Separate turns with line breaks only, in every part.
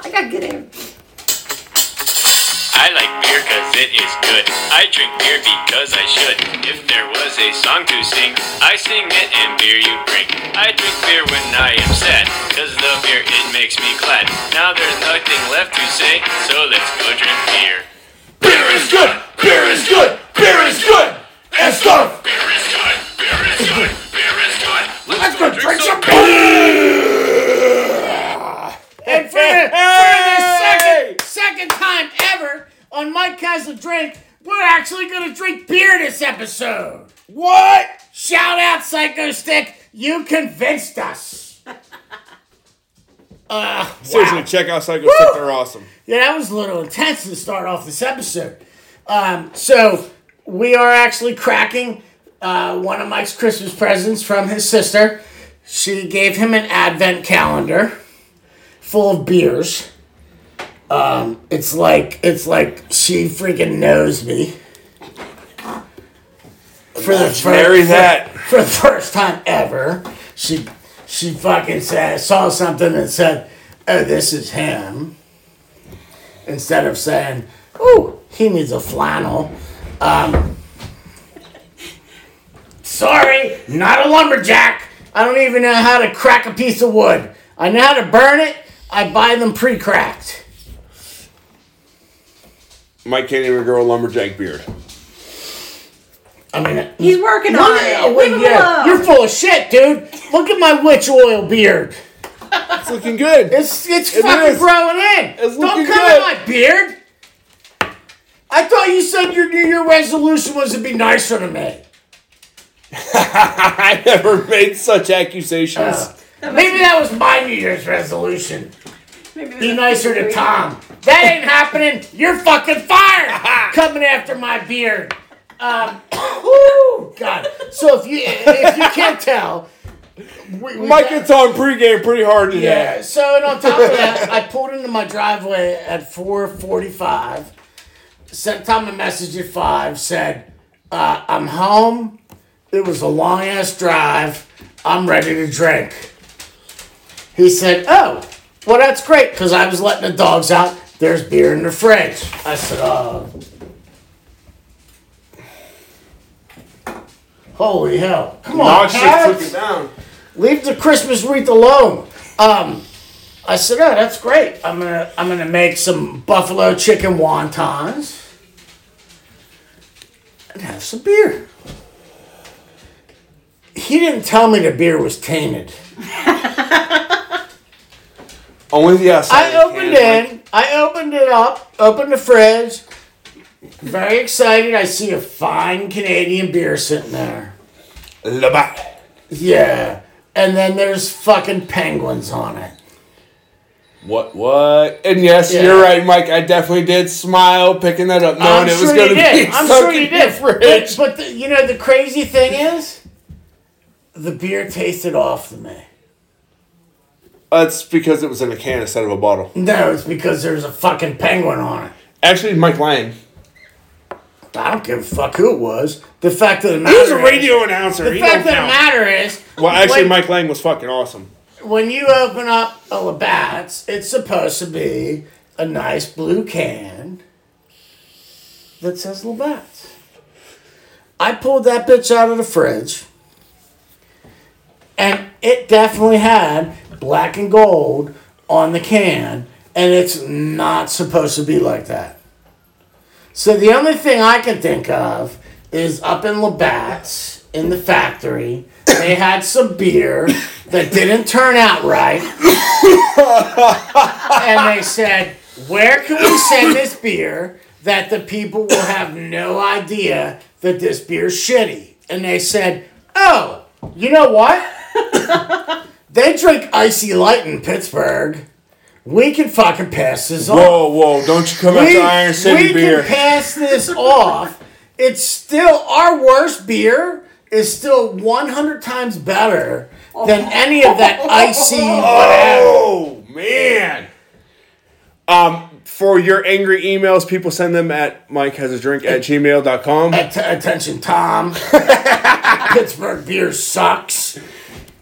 I got good aim.
I like beer cause it is good. I drink beer because I should. If there was a song to sing, I sing it and beer you bring. I drink beer when I am sad, cause the beer it makes me glad. Now there's nothing left to say, so let's go drink beer.
Beer is good. Beer is good. Beer is good. And stuff.
Beer is good, beer is good, beer is good.
Let's go drink some beer.
And for, the-
Hey!
for the second, second time ever on Mike Castle Drink, we're actually going to drink beer this episode.
What?
Shout out, Psycho Stick. You convinced us. Uh,
Seriously,
wow.
check out Psycho Stick. They're awesome.
Yeah, that was a little intense to start off this episode. Um, so we are actually cracking uh, one of Mike's Christmas presents from his sister. She gave him an advent calendar full of beers. Um, it's like it's like she freaking knows me. For the fir-
Marry that.
for the first time ever, she she fucking said saw something and said, "Oh, this is him." Instead of saying, "Oh, he needs a flannel," um, sorry, not a lumberjack. I don't even know how to crack a piece of wood. I know how to burn it. I buy them pre-cracked.
Mike can't even grow a lumberjack beard.
I mean,
He's working on it. Leave him alone.
you're full of shit, dude. Look at my witch oil beard.
It's looking good.
It's it's
It
fucking
is.
growing in.
It's
Don't
looking
come
good.
in my beard. I thought you said your New Year resolution was to be nicer to me.
I never made such accusations.
Maybe that was my New Year's resolution.
Maybe
Be
that's-
nicer to Tom. That ain't happening. You're fucking fired. Coming after my beard. Um, whoo, God. So if you if you can't tell, we, we
Mike
got-
gets on pregame pretty hard today.
Yeah. So and on top of that, I pulled into my driveway at four forty-five. Sent Tom a message at five. Said, uh, "I'm home. It was a long ass drive. I'm ready to drink." He said, "Oh, well that's great because I was letting the dogs out. There's beer in the fridge." I said, "Oh." Holy hell. Come on,
Nog
Pat.
just took it down.
Leave the Christmas wreath alone. Um, I said, oh, that's great. I'm gonna I'm gonna make some buffalo chicken wontons and have some beer. He didn't tell me the beer was tainted.
Only Oh, the outside.
I opened it. I opened it up. Opened the fridge. Very excited. I see a fine Canadian beer sitting there.
Labatt.
Yeah. And then there's fucking penguins on it.
What? What? And yes,
Yeah.
you're right, Mike. I definitely did smile picking that up, knowing
I'm
it
sure
was
he
going to
did.
be
I'm
stuck
sure he
in
did.
the
But,
fridge.
but the, you know the crazy thing is, the beer tasted off to me.
That's because it was in a can instead of a bottle.
No, it's because there's a fucking penguin on it.
Actually, Mike Lang.
I don't give a fuck who it was. The fact of the matter
He was a
is-
radio announcer.
The
he
fact of
don't
the
count.
matter is,
Well, actually,
when,
Mike Lang was fucking awesome.
when you open up oh, a Labatt's, it's supposed to be a nice blue can that says Labatt's. I pulled that bitch out of the fridge, and it definitely had black and gold on the can, and it's not supposed to be like that. So the only thing I can think of is up in Labatt's in the factory, they had some beer that didn't turn out right. and they said, Where can we send this beer that the people will have no idea that this beer's shitty? And they said, Oh, you know what? they drink icy light in Pittsburgh. We can fucking pass this on
Whoa, whoa! Don't you come after Iron City
Oh. we
beer.
can pass this off. It's still our worst beer is still 100 times better than any of that icy whatever.
Oh man. Um, for your angry emails, people send them at Mike has a drink at gmail.com.
Att- attention, Tom. Pittsburgh beer sucks.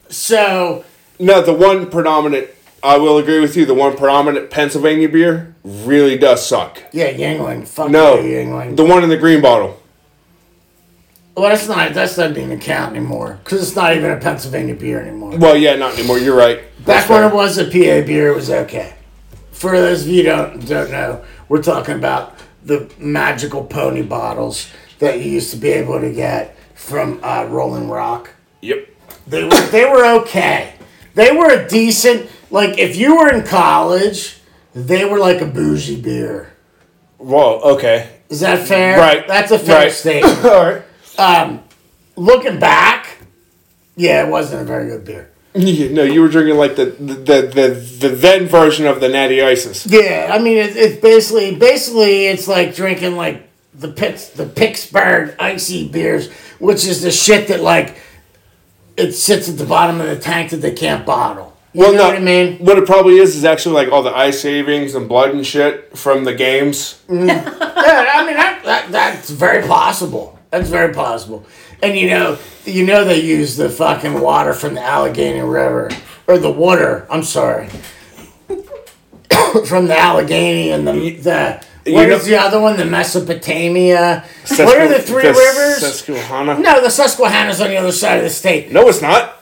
So
No, the one predominant I will agree with you. The one predominant Pennsylvania beer really does suck.
Yeah, Yingling. Fuck
No,
you, Yingling.
the one in the green bottle.
well, that's not. That doesn't even count anymore because it's not even a Pennsylvania beer anymore.
Well, yeah, not anymore. You're right.
Back when it was a PA beer, it was okay. For those of you don't don't know, we're talking about the magical pony bottles that you used to be able to get from uh, Rolling Rock.
Yep.
They were they were okay. They were a decent. Like if you were in college, they were like a bougie beer.
Whoa. Okay.
Is that fair?
Right.
That's a fair
Right.
statement.
All right.
Looking back, yeah, it wasn't a very good beer.
Yeah, no, you were drinking like the the, the the the then version of the Natty Ices.
Yeah, I mean it, it's basically basically it's like drinking like the Pitts the Pittsburgh icy beers, which is the shit that like it sits at the bottom of the tank that they can't bottle. You know
no,
what I mean?
What it probably is is actually like all the ice savings and blood and shit from the games.
Yeah, I mean that, that that's very possible. That's very possible. And you know, you know they use the fucking water from the Allegheny River or the water. I'm sorry, from the Allegheny and the the.
You
What
know-
is the other one? The Mesopotamia. what are the three
Sesqu-
rivers?
Susquehanna. No.
no, the Susquehanna's on the other side of the state.
it's not.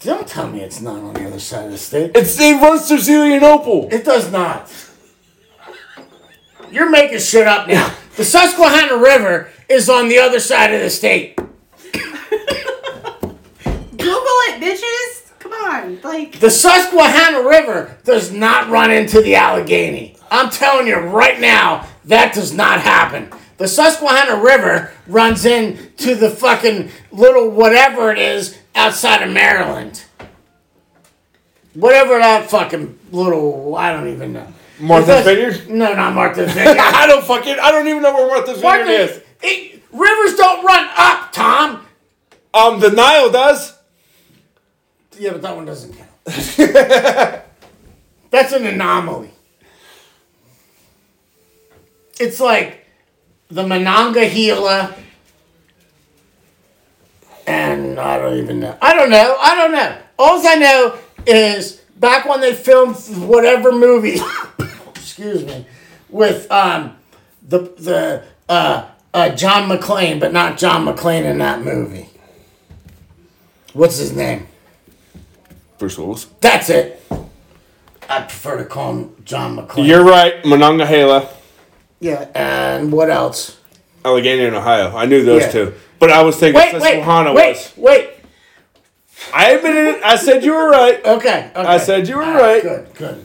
Don't tell me it's not on the other side of the state.
It's it runs through Zelianople.
It does not. You're making shit up now. The Susquehanna River is on the other side of the state.
Google it, bitches. Come on, like
The Susquehanna River does not run into the Allegheny. I'm telling you right now, that does not happen. The Susquehanna River runs into the fucking little whatever it is outside of Maryland. Whatever that fucking little, I don't even know.
Martha's
It does-
Vineyard?
No, not Martha's Vineyard.
I don't fucking I don't even know where Martha's Vineyard
Martha's,
is.
it, rivers don't run up, Tom.
Um, the Nile does.
Yeah, but that one doesn't count. That's an anomaly. It's like the Monongahela and I don't even know. I don't know. I don't know. All I know is back when they filmed whatever movie, excuse me, with um the the uh, uh John McClane, but not John McClane in that movie. What's his name?
Bruce Willis.
That's it. I prefer to call him John McClane.
You're right. Monongahela,
yeah. And what else?
Allegheny, and Ohio. I knew those
Yeah.
two. But I was thinking
Wait, wait,
Susquehanna
wait,
was.
wait.
I admitted it. I said you were right.
Okay, okay.
I said you were
All
right.
Good, good.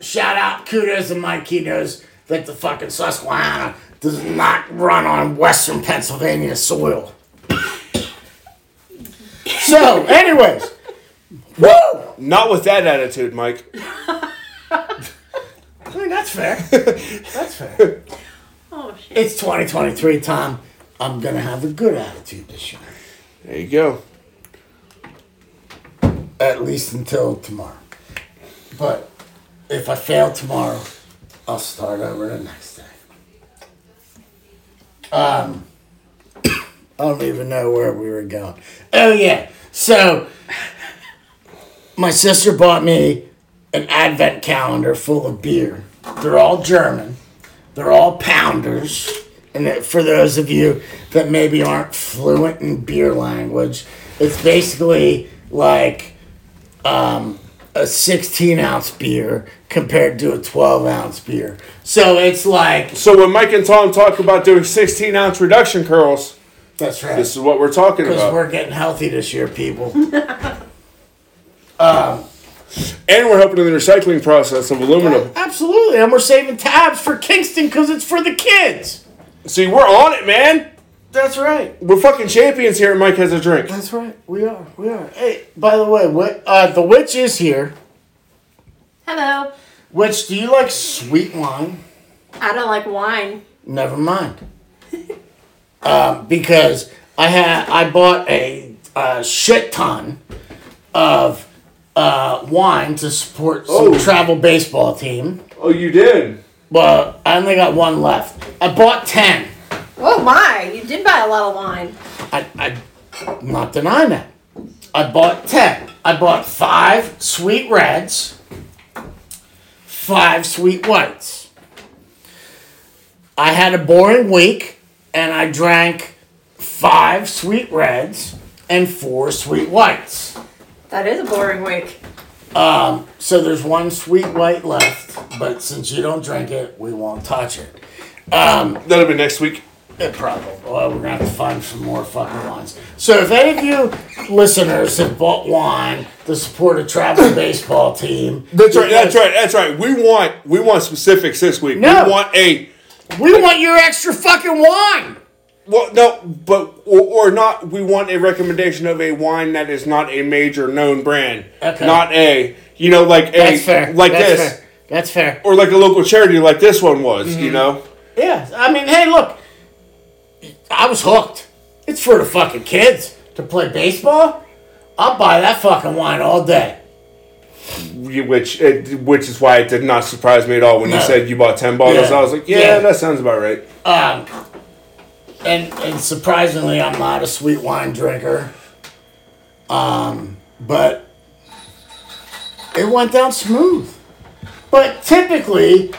Shout out kudos and my kudos that the fucking Susquehanna does not run on Western Pennsylvania soil. so, anyways, woo.
Not with that attitude, Mike.
I mean, that's fair. That's fair.
oh shit.
It's 2023, Tom. I'm gonna have a good attitude this year.
There you go.
at least until tomorrow. But if I fail tomorrow, I'll start over the next day. Um, I don't even know where we were going. Oh yeah, so my sister bought me an advent calendar full of beer. They're all German. They're all pounders. And that- for those of you that maybe aren't fluent in beer language, it's basically like a 16 ounce beer compared to a 12 ounce beer. So it's like,
So when Mike and Tom talk about doing 16 ounce reduction curls,
that's right.
this is what we're talking
Because
about.
we're getting healthy this year, people.
and we're helping in the recycling process of aluminum.
Absolutely. And we're saving tabs for Kingston because it's for the kids.
See, we're on it, man.
That's right.
We're fucking champions here. and Mike has a drink.
That's right. We are. We are. Hey, by the way, what, uh, the witch is here.
Hello.
Witch, do you like sweet wine?
I don't like wine.
Never mind. um, because I had I bought a, uh shit ton of uh, wine to support some
Oh.
travel baseball team.
Oh, you did.
Well, I only got one left. I bought ten.
Oh my, you did buy a lot of wine.
I, I I'm not denying that. I bought ten. I bought five sweet reds, five sweet whites. I had a boring week and I drank five sweet reds and four sweet whites.
That is a boring week.
So there's one sweet white left, but since you don't drink it, we won't touch it.
That'll be next week.
It probably. Well, we're gonna have to find some more fucking wines. So if any of you listeners have bought wine to support a travel baseball team,
That's right. That's right. That's right. We want we want specifics this week.
No.
We want a
We want your extra fucking wine.
well, no, but or, or not. We want a recommendation of a wine that is not a major known brand.
Okay.
Not a you know like a
That's fair.
like
That's
this
Fair. Mm-hmm. That's fair.
or like a local charity like this one was. You know.
Yeah, I mean, hey, look, I was hooked. It's for the fucking kids to play baseball. I'll buy that fucking wine all day.
which it, which is why it did not surprise me at all when you
No.
said you bought ten bottles.
Yeah.
I was like, yeah,
Yeah.
that sounds about right.
Um, and and surprisingly, I'm not a sweet wine drinker. Um, but it went down smooth. But typically,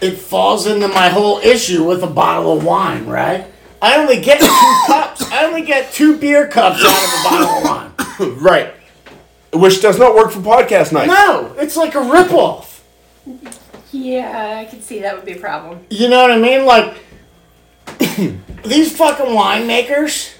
it falls into my whole issue with a bottle of wine, right? I only get two cups. I only get two beer cups out of a bottle of wine.
Right, which does not work for podcast night.
No, it's like a ripoff.
Yeah, I can see that would be a problem.
You know what I mean? Like these fucking winemakers,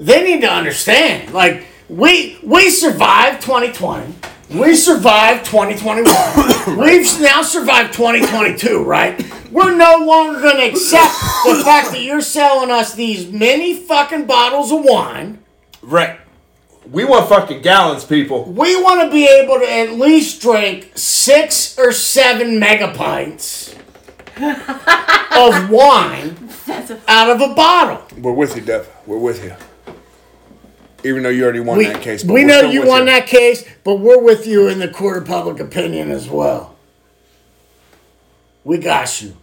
they need to understand. Like we we survived 2020. We survived 2021. We've now survived 2022, right? We're no longer going to accept the fact that you're selling us these mini fucking bottles of wine.
Right, we want fucking gallons, people.
We want to be able to at least drink six or seven megapints of wine
That's a
out of a bottle.
We're with you, Dev. We're with you. Even though you already won
We,
that case,
we
we're
know
still
you
with
won that case, but we're with you in the court of public opinion as well. We got you.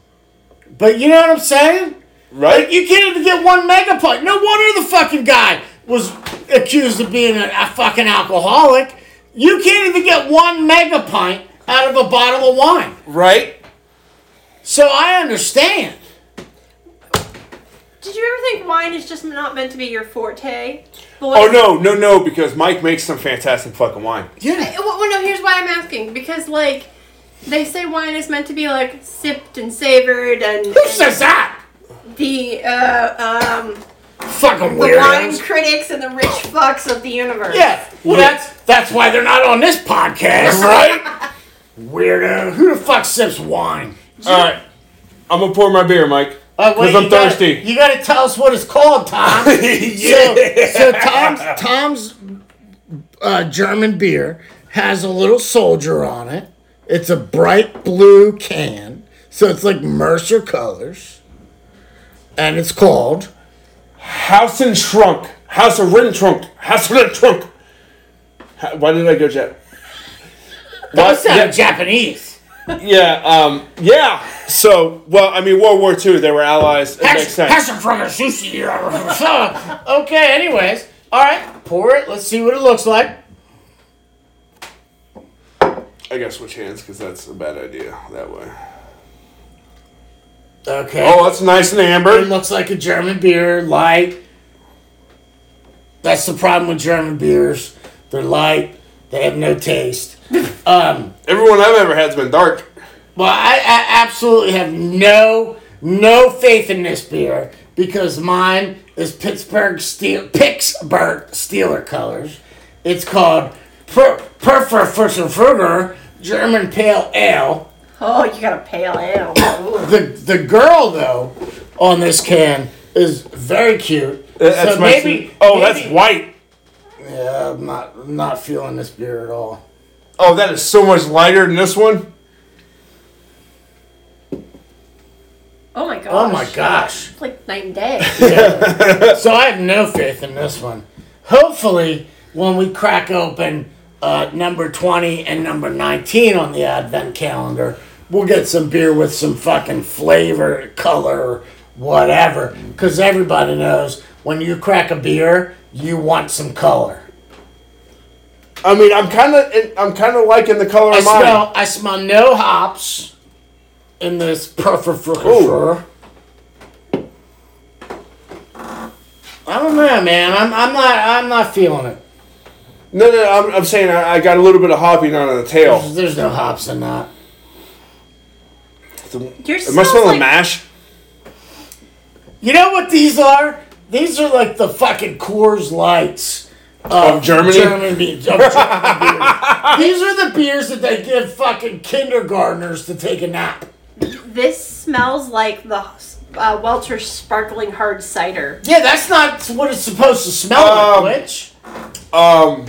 But you know what I'm saying? Like,
Right,
you can't even get one megapint. No wonder the fucking guy was accused of being a, a fucking alcoholic. You can't even get one megapint out of a bottle of wine.
right.
So I understand.
Did you ever think wine is just not meant to be your forte? Boys?
Oh no, no, no! Because Mike makes some fantastic fucking wine.
Yeah.
Well, well, no. Here's why I'm asking because like they say wine is meant to be like sipped and savored and,
Who
and
says that?
the uh, um
Fucking
the wine
weirdos.
critics and the rich fucks of the universe.
Yeah. Well, that's that's why they're not on this podcast, right? Weirdo. Who the fuck sips wine?
All right, I'm gonna pour my beer, Mike.
Uh, wait,
'Cause I'm
you gotta-
thirsty.
you got to tell us what it's called, Tom. So, so Tom's Tom's uh, German beer has a little soldier on it. It's a bright blue can, so it's like Mercer colors, and it's called
House and Shrunk. House of Rin Trunk. House of Rin Trunk. Ha- Why did I go Jap? Why-
What's that? Japanese.
yeah, um, yeah. So, well, I mean, World War II, they were allies. It makes
That's
sense.
that's a fucking sushi. okay. Anyways, all right. Pour it. Let's see what it looks like.
I gotta switch hands because that's a bad idea that way.
Okay.
Oh, that's nice and
It
amber.
looks like a German beer, light. That's the problem with German beers. They're light. They have no taste.
Everyone I've ever had's been dark.
Well, I, I absolutely have no no faith in this beer because mine is Pittsburgh Steel Pittsburgh Steeler colors. It's called Per Perfurger German Pale Ale.
Oh, you got a pale ale. Ooh.
The the girl though on this can is very cute.
Uh, That's
so
my-
maybe
oh,
maybe-
that's white.
Yeah, I'm not I'm not feeling this beer at all.
Oh, that is so much lighter than this one.
Oh my gosh.
Oh my gosh.
It's like night and day.
So I have no faith in this one. Hopefully, when we crack open uh, number 20 and number 19 on the advent calendar, we'll get some beer with some fucking flavor, color, whatever. Because everybody knows when you crack a beer, you want some color.
I mean, I'm kind of, I'm kind of liking the color
I
of mine.
smell, I smell no hops in this perfect
Ooh.
I don't know, man. I'm, I'm not I'm not feeling it.
No, no, I'm, I'm saying I, I got a little bit of hopping on the tail.
There's no hops in that.
Your
Am I
smells
smelling
like,
mash?
You know what these are? These are like the fucking Coors Lights
Of Germany?
German be- of German beer. these are the beers that they give fucking kindergartners to take a nap.
This smells like the uh, Welch's sparkling hard cider.
Yeah, that's not what it's supposed to smell
Um,
like, Which
Um.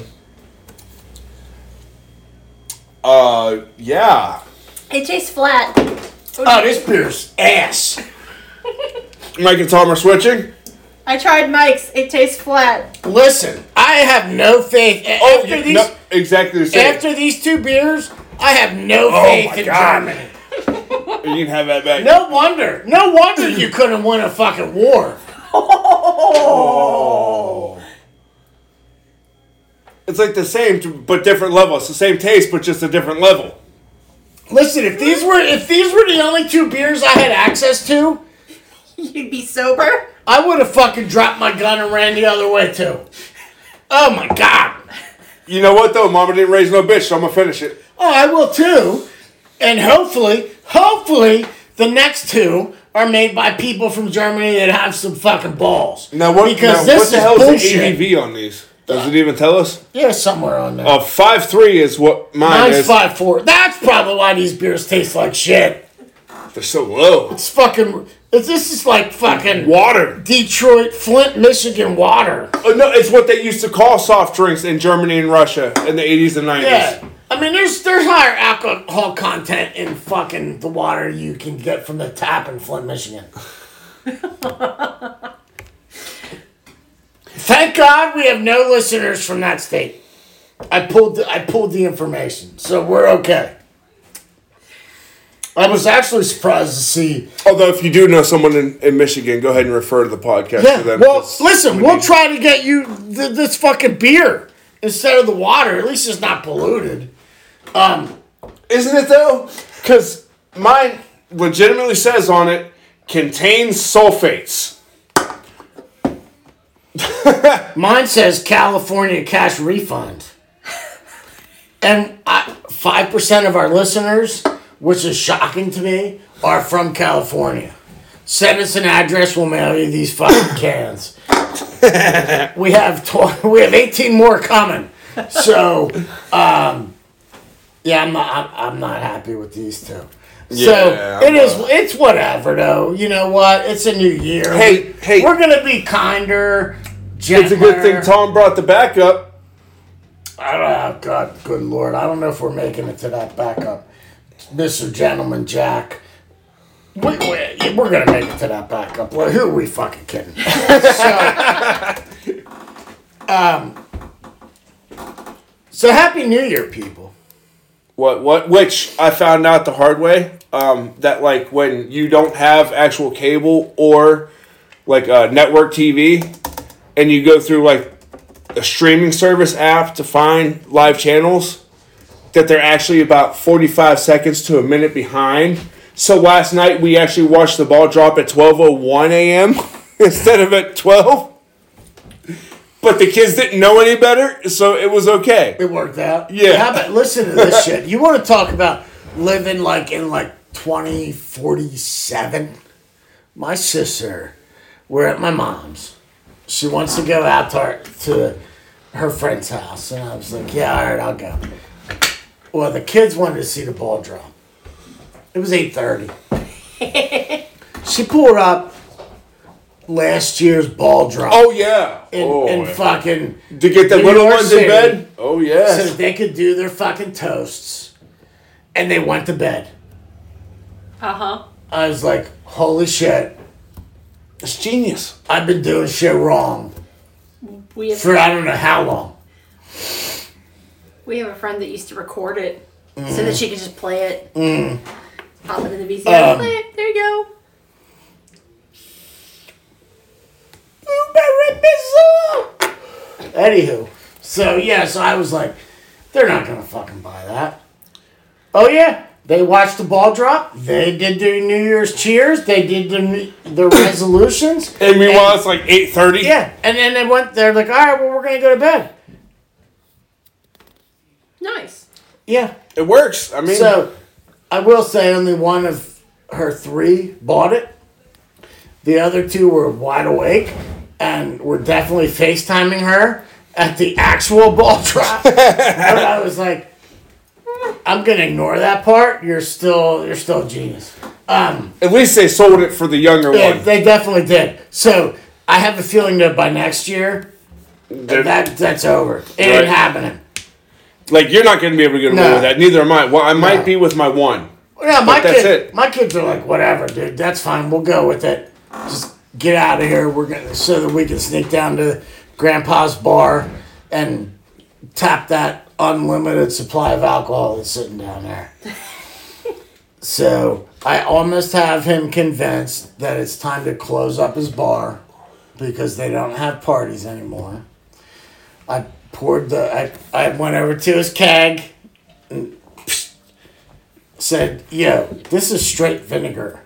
Uh, yeah.
It tastes flat.
Oh, this beer's ass.
Mike and Tom are switching.
I tried Mike's. It tastes flat.
Listen, I have no faith. a- after
Oh, yeah,
these,
no, exactly the same.
after these two beers, I have no
Oh
faith
my
in
God.
Germany.
you can have that back.
No wonder. No wonder you couldn't win a fucking war.
It's like the same, but different level. It's the same taste, but just a different level.
Listen, if these were if these were the only two beers I had access to,
You'd be sober.
I would have fucking dropped my gun and ran the other way too. Oh my god.
You know what though? Mama didn't raise no bitch, so I'm gonna finish it.
Oh, I will too. And hopefully, hopefully the next two are made by people from Germany that have some fucking balls.
Now what?
Because
now,
this
what the
is
hell is
bullshit.
E
Uh,
the ABV on these? Does it even tell us?
Yeah, somewhere on there.
Uh, five three is what mine
Mine's
is.
five four. That's probably why these beers taste like shit.
They're so low.
It's fucking. It's, this is like fucking
Water.
Detroit, Flint, Michigan water.
Oh, no, it's what they used to call soft drinks in Germany and Russia in the 80s and 90s.
Yeah. I mean, there's there's higher alcohol content in fucking the water you can get from the tap in Flint, Michigan. Thank God we have no listeners from that state. I pulled the, I pulled the information, so we're okay. I was actually surprised to see
Although, if you do know someone in, in Michigan, go ahead and refer to the podcast
Yeah.
to them.
Well,
'cause
listen,
we
we will
need-
try to get you th- this fucking beer instead of the water. At least it's not polluted.
Isn't it though? Because mine legitimately says on it contains sulfates.
Mine says California cash refund. And five percent of our listeners, which is shocking to me, are from California. Send us an address. We'll mail you these fucking cans. we have tw- we have eighteen more coming. So, um, yeah, I'm not I'm, I'm not happy with these two.
Yeah,
so it
I'm,
is
uh,
it's whatever though. You know what? It's a new year.
Hey, hey.
we're gonna be kinder. Gentler.
It's a good thing Tom brought the back up.
I don't know. God, good lord. I don't know if we're making it to that backup. Mr. Gentleman Jack. We, we, we're going to make it to that backup. Well, who are we fucking kidding? so, um, so, Happy New Year, people.
What what which I found out the hard way. Um, that like when you don't have actual cable or like uh, network TV, and you go through like a streaming service app to find live channels, that they're actually about forty five seconds to a minute behind. So last night we actually watched the ball drop at twelve oh one a.m. instead of at twelve. But the kids didn't know any better, so it was okay.
It worked out.
Yeah.
How about, listen to this shit. You want to talk about living like in like 2047? My sister, we're at my mom's. She wants to go out to her, to her friend's house. And I was like, yeah, all right, I'll go. Well, the kids wanted to see the ball drop. It was 8.30. she pulled up last year's ball drop.
Oh yeah.
and,
oh,
and
yeah.
fucking
To get the
New
little
York
ones
City.
in bed? Oh,
so that
yes.
they could do their fucking toasts and they went to bed.
Uh huh.
I was like, holy shit,
It's genius.
I've been doing shit wrong
We have
for I don't know how long.
we have a friend that used to record it so that she could just play it. Pop it in the VCR. play it. There you go.
Anywho, so yeah, so I was like, they're not gonna fucking buy that. Oh yeah, they watched the ball drop. They did their New Year's cheers. They did their their resolutions.
And meanwhile, it's like eight thirty.
Yeah, and then they went. They're like, all right, well, we're gonna go to bed.
Nice.
Yeah.
it works. I mean,
So, I will say only one of her three bought it. The other two were wide awake and were definitely FaceTiming her at the actual ball drop. and I was like, "Hmm, I'm gonna ignore that part. You're still you're still a genius.
at least they sold it for the younger
They,
one.
they definitely did. So I have a feeling that by next year
They're-
that that's over. It ain't
Right.
happening.
like you're not going to be able to get away
No.
with that. Neither am I. Well, I might
No.
be with my one.
Yeah, my
that's
kids.
it.
My kids are like, whatever, dude. That's fine. We'll go with it. Just get out of here. We're gonna so that we can sneak down to Grandpa's bar and tap that unlimited supply of alcohol that's sitting down there. so I almost have him convinced that it's time to close up his bar because they don't have parties anymore. I poured the. I, I went over to his keg said, Yo, this is straight vinegar.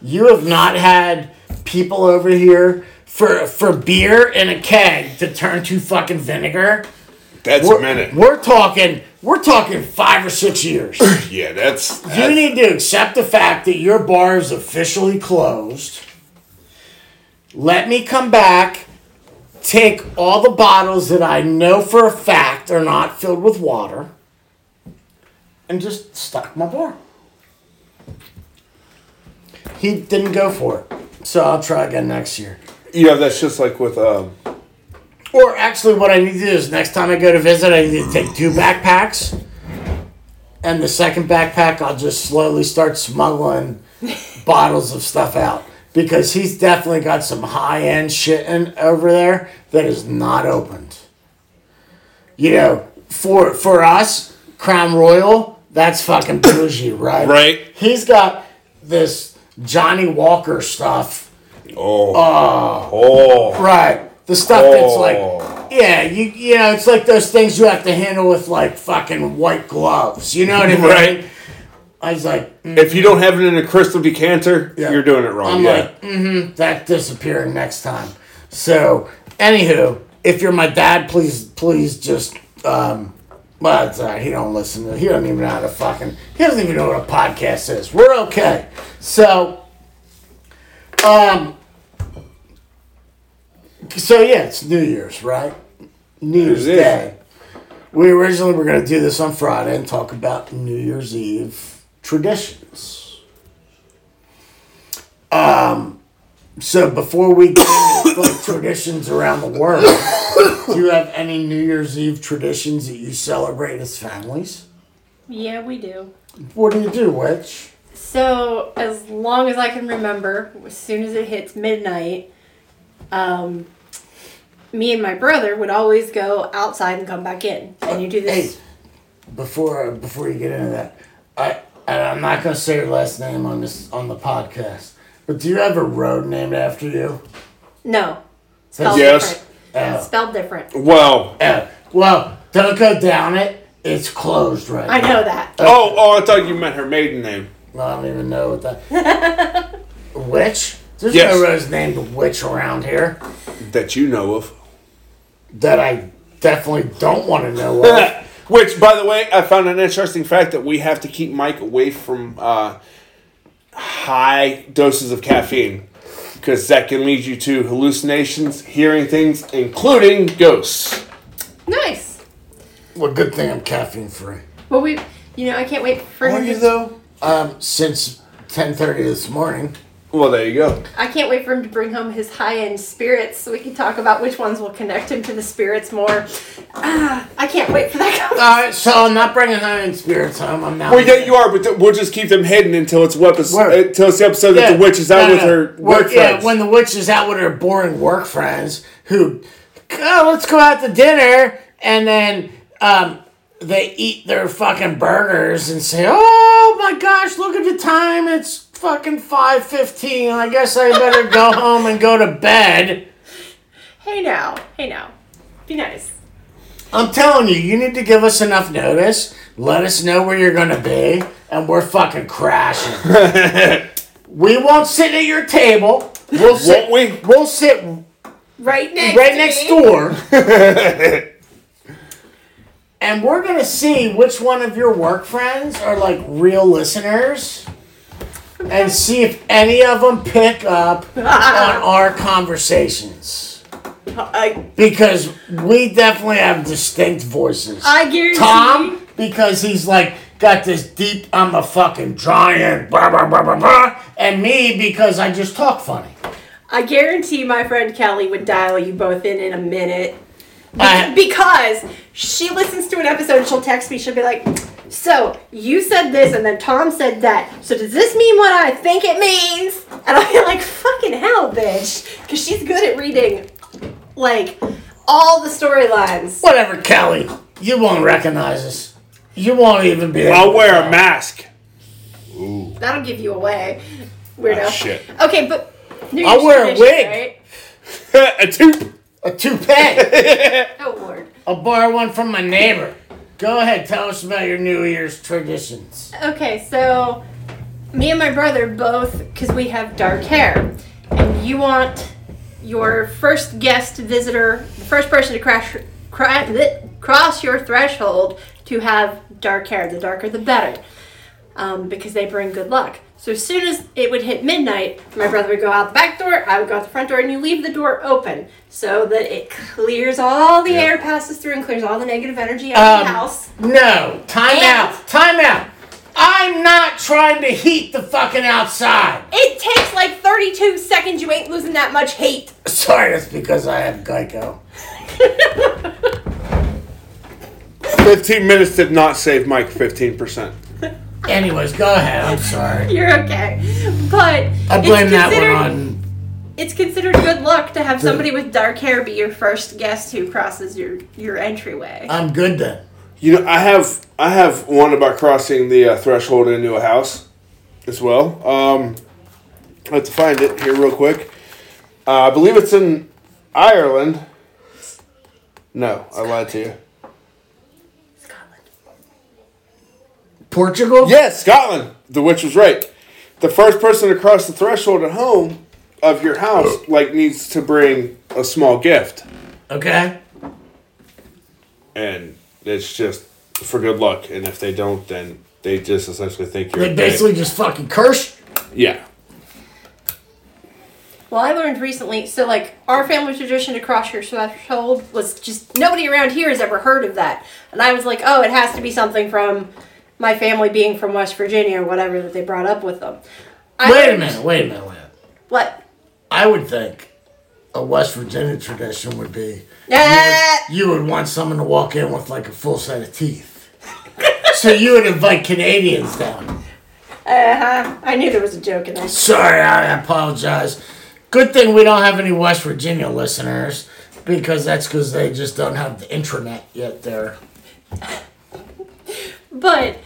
You have not had people over here for for beer in a keg to turn to fucking vinegar.
That's
We're,
a minute.
we're talking we're talking five or six years.
Yeah, that's.
you
that's
need to accept the fact that your bar is officially closed. Let me come back, take all the bottles that I know for a fact are not filled with water, and just stock my bar. He didn't go for it, so I'll try again next year.
yeah, that's just like with um,
Or actually, what I need to do is next time I go to visit, I need to take two backpacks. And the second backpack, I'll just slowly start smuggling bottles of stuff out because he's definitely got some high end shit in over there that is not opened. You know, for for us, Crown Royal, that's fucking bougie, right?
Right.
He's got this Johnny Walker stuff.
oh
Right. The stuff that's
Oh.
like, yeah, you you know, it's like those things you have to handle with like fucking white gloves. You know what I mean?
right.
I was like, mm,
If you don't have it in a crystal decanter,
Yeah.
you're doing it wrong.
I'm
yeah.
like, mm-hmm, that disappearing next time. So, anywho, if you're my dad, please, please just, um, well, it's, all right, he don't listen. To, he don't even know how to fucking. He doesn't even know what a podcast is. We're okay. So, So yeah, it's New Year's, right? New Year's
It is.
Day. We originally were gonna do this on Friday and talk about New Year's Eve traditions. Um, so before we get into like, traditions around the world, do you have any New Year's Eve traditions that you celebrate as families?
Yeah, we do.
What do you do, Witch?
So as long as I can remember, as soon as it hits midnight, um, me and my brother would always go outside and come back in, and you do
Hey,
this.
before before you get into that, I and I'm not gonna say your last name on this on the podcast, but do you have a road named after you? Oh,
No, spelled
Yes.
different. Spelled different.
Well,
Yeah. Well, don't go down it. It's closed right
I
now.
know that.
oh, oh, I thought you meant her maiden name.
I don't even know what that. Witch? There's
Yes.
no roads named Witch around here
That you know of.
that I definitely don't want to know of.
Which, by the way, I found an interesting fact that we have to keep Mike away from uh, high doses of caffeine because that can lead you to hallucinations, hearing things, including ghosts.
Nice.
well, good thing I'm caffeine free.
Well, we, you know, I can't wait for him. to,
though? Um, since 10:30 this morning.
Well, there you go.
I can't wait for him to bring home his high end spirits, so we can talk about which ones will connect him to the spirits more. Ah, I can't wait for that. conversation.
All right, so I'm not bringing high end spirits home. I'm not.
Well, yeah, you are, but th- we'll just keep them hidden until it's wep- uh,
Word.
until it's the episode that the witch is out
no,
with
no.
her
Work-
work
yeah,
friends.
when the witch is out with her boring work friends who, oh, let's go out to dinner, and then um, they eat their fucking burgers and say, oh my gosh, look at the time, it's fucking five fifteen. I guess I better go home and go to bed.
Hey now, hey now. Be nice.
I'm telling you, you need to give us enough notice. Let us know where you're gonna be, and we're fucking crashing. we won't sit at your table. We'll sit.
Won't we?
We'll sit
Right next.
right
to me.
next door. and we're gonna see which one of your work friends are like real listeners. And see if any of them pick up on our conversations.
I,
Because we definitely have distinct voices.
I guarantee.
Tom, because he's like got this deep, I'm a fucking giant, blah, blah, blah, blah, blah. And me, because I just talk funny.
I guarantee my friend Kelly would dial you both in in a minute.
I-
because she listens to an episode and she'll text me. She'll be like, "So you said this, and then Tom said that. So does this mean what I think it means?" And I'll be like, "Fucking hell, bitch!" Because she's good at reading, like all the storylines.
Whatever, Kelly. You won't recognize us. You won't even be. able
I'll
to
wear
tell.
a mask.
That'll give you away, weirdo.
Ah, shit.
Okay, but New
I'll
Year's
wear a
tradition,
wig.
Right?
a toot.
a toupee.
Oh lord.
I'll borrow one from my neighbor. Go ahead, tell us about your New Year's traditions.
Okay, so me and my brother both, because we have dark hair, and you want your first guest visitor, the first person to crash, cra- bleh, cross your threshold to have dark hair. The darker, the better, um, because they bring good luck. So as soon as it would hit midnight, my brother would go out the back door, I would go out the front door, and you leave the door open so that it clears all the air, passes through, and clears all the negative energy out of
Um,
the house.
No, time
And-
out, time out. I'm not trying to heat the fucking outside.
It takes like 32 seconds. You ain't losing that much heat.
Sorry, that's because I have Geico.
15 minutes did not save Mike 15%.
Anyways, go ahead. I'm sorry.
You're okay. But
I blame
it's
that one
considered-
on.
It's considered good luck to have somebody with dark hair be your first guest who crosses your your entryway.
I'm good then.
You know, I have I have one about crossing the uh, threshold into a house as well. Um, I have to find it here real quick. Uh, I believe it's in Ireland. No, I lied to you.
Scotland.
Portugal?
Yes, Scotland. The witch was right. The first person to cross the threshold at home of your house like needs to bring a small gift,
Okay.
and it's just for good luck. And if they don't, then they just essentially think you're. a
They
dick.
basically just fucking curse.
yeah.
Well, I learned recently. So, like, our family tradition to cross your threshold was just nobody around here has ever heard of that. And I was like, oh, it has to be something from my family being from West Virginia or whatever that they brought up with them. I
Wait a
learned-
minute. Wait a minute. Wait a minute.
What?
I would think a West Virginia tradition would be
Ah!
you would want someone to walk in with like a full set of teeth. so you would invite Canadians down.
Uh-huh. I knew there was a joke in there.
Sorry, I apologize. Good thing we don't have any West Virginia listeners because that's because they just don't have the intranet yet there.
But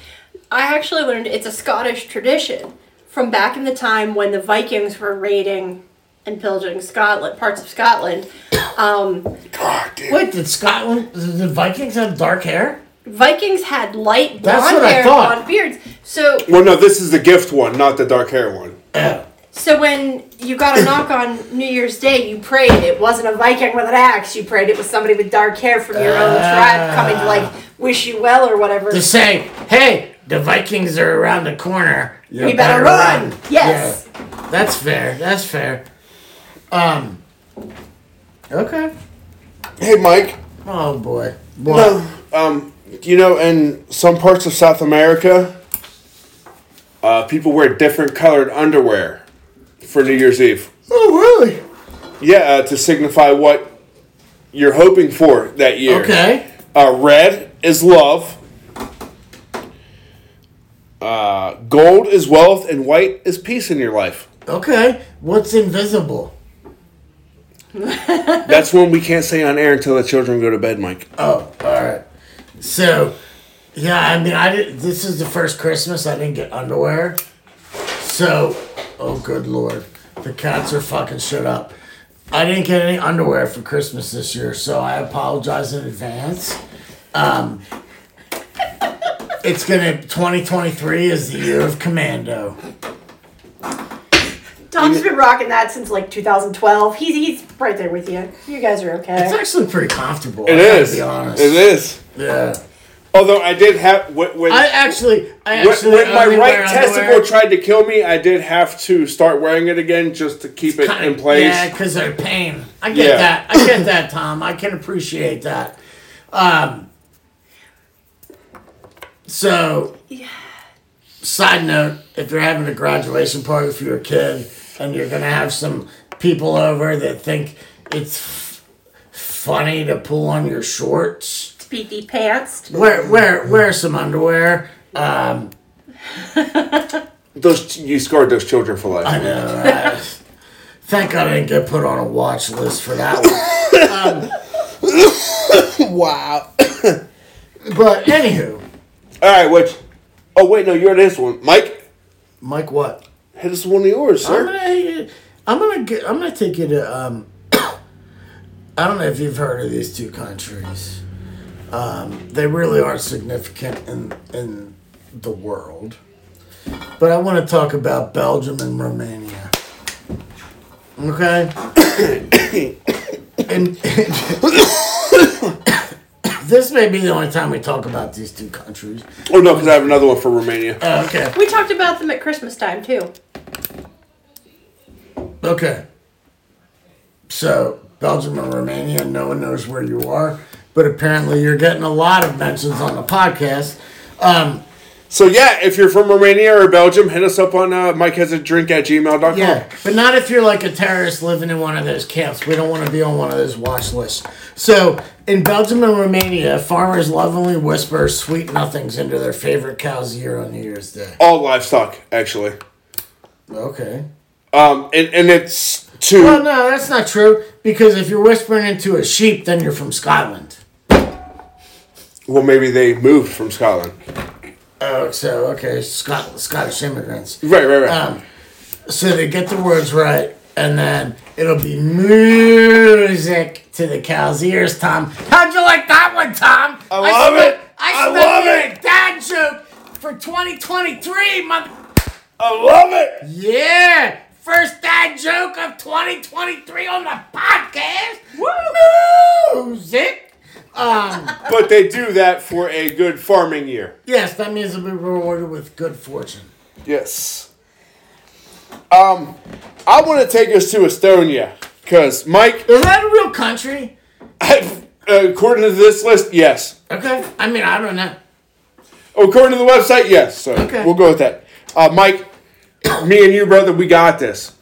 I actually learned it's a Scottish tradition from back in the time when the Vikings were raiding and pillaging Scotland, parts of Scotland. Um,
God damn.
Wait, did Scotland, did the Vikings have dark hair?
Vikings had light blonde
That's what I
hair,
thought.
blonde beards. So,
Well, no, this is the gift one, not the dark hair one.
Oh.
so when you got a knock on New Year's Day, you prayed it wasn't a Viking with an axe. You prayed it was somebody with dark hair from your own tribe coming to like
Ah.
wish you well or whatever.
To say, hey, the Vikings are around the corner. You
We better run. Yes.
Yeah. That's fair. That's fair. Um. Okay.
Hey, Mike.
Oh boy. What?
No, um, you know, in some parts of South America, uh, people wear different colored underwear for New Year's Eve.
Oh really?
Yeah, uh, to signify what you're hoping for that year.
Okay.
Uh, red is love. Uh, gold is wealth, and white is peace in your life.
Okay. What's invisible?
That's one we can't say on air until the children go to bed, Mike.
Oh, all right. So, yeah. I mean, I did. This is the first Christmas I didn't get underwear. So, oh good lord, the cats are fucking shit up. I didn't get any underwear for Christmas this year, so I apologize in advance. Um, it's gonna 2023 is the year of commando.
Tom's been rocking that since like 2012. He's he's right there with you. You guys are
It's
okay.
actually pretty comfortable.
It
I gotta
is.
Be
It
honest.
is.
Yeah.
Although I did have when when,
I actually, I
when-
actually,
when my
only wear
right
underwear-
testicle tried to kill me, I did have to start wearing it again just to keep it in place.
Yeah, because they're pain. I get
Yeah.
that. I get that, Tom. I can appreciate that. Um, so, side note: if you're having a graduation party for your kid, and you're gonna have some people over that think it's f- funny to pull on your shorts,
Speedy pants.
wear wear wear some underwear. Um,
Those you scarred those children for life.
I know, right? Thank God I didn't get put on a watch list for that one. Um,
Wow.
But anywho,
All right, which? Oh wait, no, you're this one, Mike.
Mike, what?
Hit us with one of yours,
I'm
sir.
gonna, I'm gonna get, I'm gonna take you to. Um, I don't know if you've heard of these two countries. Um, they really are significant in in the world. But I want to talk about Belgium and Romania. Okay. and, this may be the only time we talk about these two countries.
Oh no, because I have another one for Romania.
Uh, okay.
We talked about them at Christmas time too.
Okay. So, Belgium and Romania, no one knows where you are, but apparently you're getting a lot of mentions on the podcast. Um,
So yeah, if you're from Romania or Belgium, hit us up on uh, Mike has a drink at gmail.com.
yeah, but not if you're like a terrorist living in one of those camps. We don't want to be on one of those watch lists. So, in Belgium and Romania, farmers lovingly whisper sweet nothings into their favorite cow's ear on New Year's Day.
All livestock, actually.
Okay.
Um, and, and it's to
Well, no, that's not true, because if you're whispering into a sheep, then you're from Scotland.
well, maybe they moved from Scotland.
Oh, so, okay, Scot- Scottish immigrants.
Right, right, right.
Um, so they get the words right, and then it'll be music to the cow's ears, Tom. How'd you like that one, Tom? I
love
spit-
it. I
I,
love
love
it.
it. Dad joke for 2023, mother.
I love it.
Yeah. First dad joke of 2023 on the podcast. Woo! Music. Um,
But they do that for a good farming year.
yes, that means it'll be rewarded with good fortune.
Yes. Um, I want to take us to Estonia because Mike,
Is that a real country?
according to this list, yes.
Okay. I mean, I don't know.
According to the website, yes. So
Okay.
we'll go with that. Uh, Mike, me and you, brother, we got this.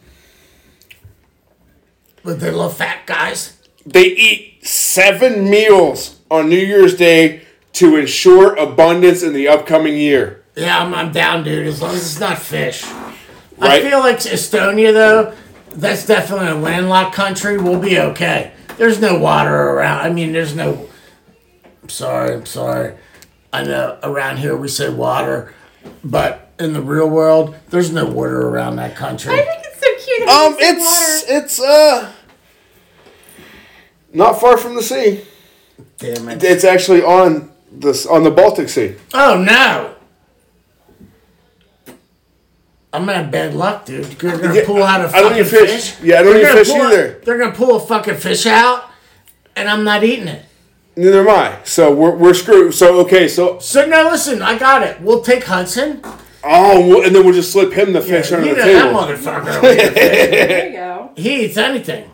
But they love fat guys.
They eat seven meals on New Year's Day to ensure abundance in the upcoming year.
Yeah, I'm, I'm down, dude. As long as it's not fish. I
Right.
feel like Estonia, though, that's definitely a landlocked country. We'll be okay. There's no water around. I mean, there's no. I'm sorry. I'm sorry. I know around here we say water, but in the real world, there's no water around that country.
I think it's so cute. that
Um,
they said
it's
water.
it's uh not far from the sea.
Damn it.
It's actually on this on the Baltic Sea.
Oh, no. I'm gonna have bad luck, dude. You're gonna
Yeah,
pull out a
I
fucking
don't eat fish.
fish.
Yeah, I don't
They're
eat
gonna
fish
pull a-
either.
they're gonna pull a fucking fish out, and I'm not eating it.
Neither am I. So we're, we're screwed. So okay. So
So no, listen, I got it. We'll take Hudson.
oh, well, and then we'll just slip him the fish
You
under
know
the
that
table.
motherfucker. over there.
there you go.
he eats anything.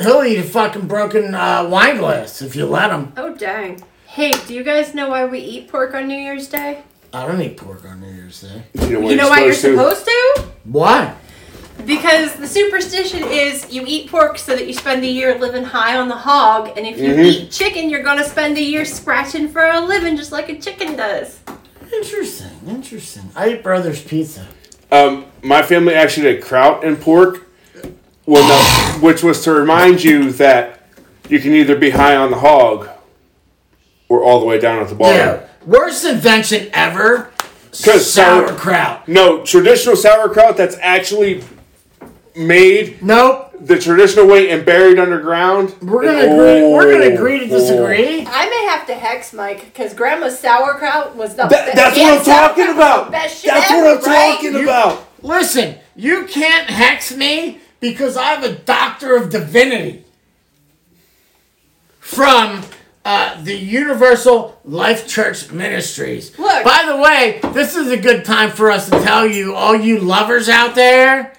He'll eat a fucking broken uh, wine glass if you let him.
Oh dang. Hey, do you guys know why we eat pork on New Year's Day?
I don't eat pork on New Year's Day.
You know,
You know why you're supposed to?
Why?
Because the superstition is you eat pork so that you spend the year living high on the hog, and if you
Mm-hmm.
eat chicken, you're gonna spend the year scratching for a living just like a chicken does.
Interesting. Interesting. I eat Brothers Pizza.
Um, my family actually did kraut and pork, well, no, which was to remind you that you can either be high on the hog or all the way down at the bottom.
Yeah. Worst invention ever.
Oh. 'Cause sour-
Sauerkraut.
No, traditional sauerkraut that's actually made
Nope.
the traditional way and buried underground.
We're gonna agree. We're gonna agree
Oh.
to disagree.
I may have to hex Mike because Grandma's sauerkraut was the
That,
best.
that's what I'm talking about. That's
Best shit
what
ever,
I'm
right?
talking about.
Listen, you can't hex me because I have a Doctor of Divinity from uh, the Universal Life Church Ministries.
Look.
By the way, this is a good time for us to tell you, all you lovers out there,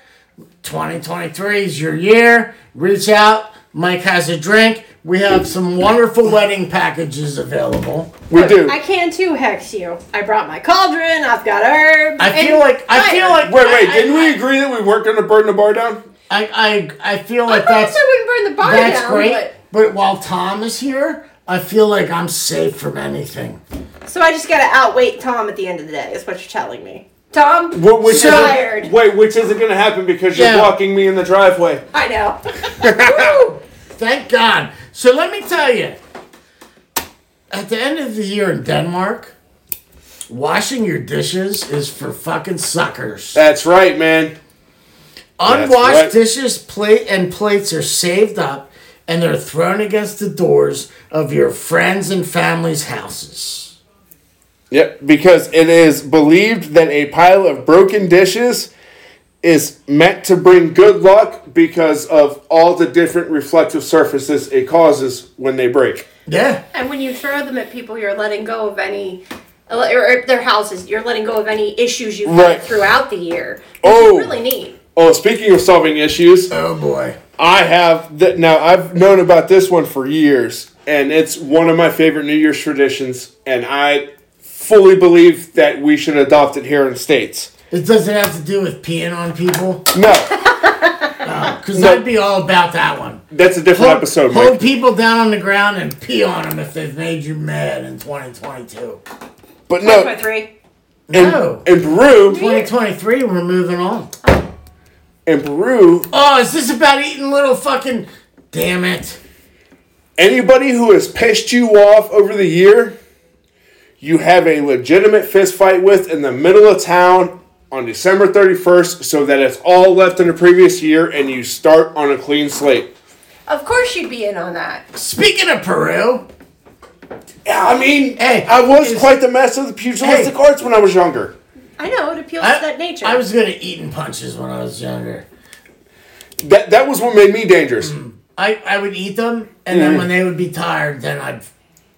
2023 is your year. Reach out. Mike has a drink. We have some wonderful wedding packages available.
We do.
I can too hex you. I brought my cauldron. I've got herbs.
I feel
and
like I
fire.
feel like
Wait, wait.
I-
Didn't
I-
we agree that we weren't gonna burn the bar down?
I I, I feel
I
like
promise
that's
I wouldn't burn the bar
that's
down.
great. But... while Tom is here, I feel like I'm safe from anything.
but- so I just gotta outweight Tom at the end of the day. Is what you're telling me, Tom?
What, which isn't-
Tired.
Wait, which isn't gonna happen because
Yeah.
you're blocking me in the driveway.
I know. Woo!
Thank God. So let me tell you, at the end of the year in Denmark, washing your dishes is for fucking suckers.
That's right, man.
Unwashed
right.
dishes, plate and plates are saved up and they're thrown against the doors of your friends and family's houses.
Yep, because it is believed that a pile of broken dishes is meant to bring good luck because of all the different reflective surfaces it causes when they break.
Yeah.
And when you throw them at people, you're letting go of any, or or their houses, you're letting go of any issues you've
Right.
had throughout the year. Which
Oh.
is really neat.
Oh, speaking of solving issues,
Oh boy.
I have that now. I've known about this one for years, and it's one of my favorite New Year's traditions, and I fully believe that we should adopt it here in the states.
It doesn't have to do with peeing on people.
No,
Because I'd be all about that one.
that's a different
Hold,
episode.
hold
Mike.
people down on the ground and pee on them if they've made you mad in 2022.
But
Oh.
One by
no,
three.
No.
in Peru,
2023, we're moving on.
in Peru,
Oh, is this about eating little fucking. Damn it.
anybody who has pissed you off over the year, you have a legitimate fist fight with in the middle of town on December 31st so that it's all left in the previous year and you start on a clean slate.
Of course you'd be in on that.
Speaking of Peru,
Yeah, I mean,
Hey,
I was
is-
quite the master of the pugilistic
Hey.
arts when I was younger.
I know it appeals
I,
to that nature.
I was good at eating punches when I was younger.
That, that was what made me dangerous.
Mm, I, I would eat them, and then when they would be tired, then I'd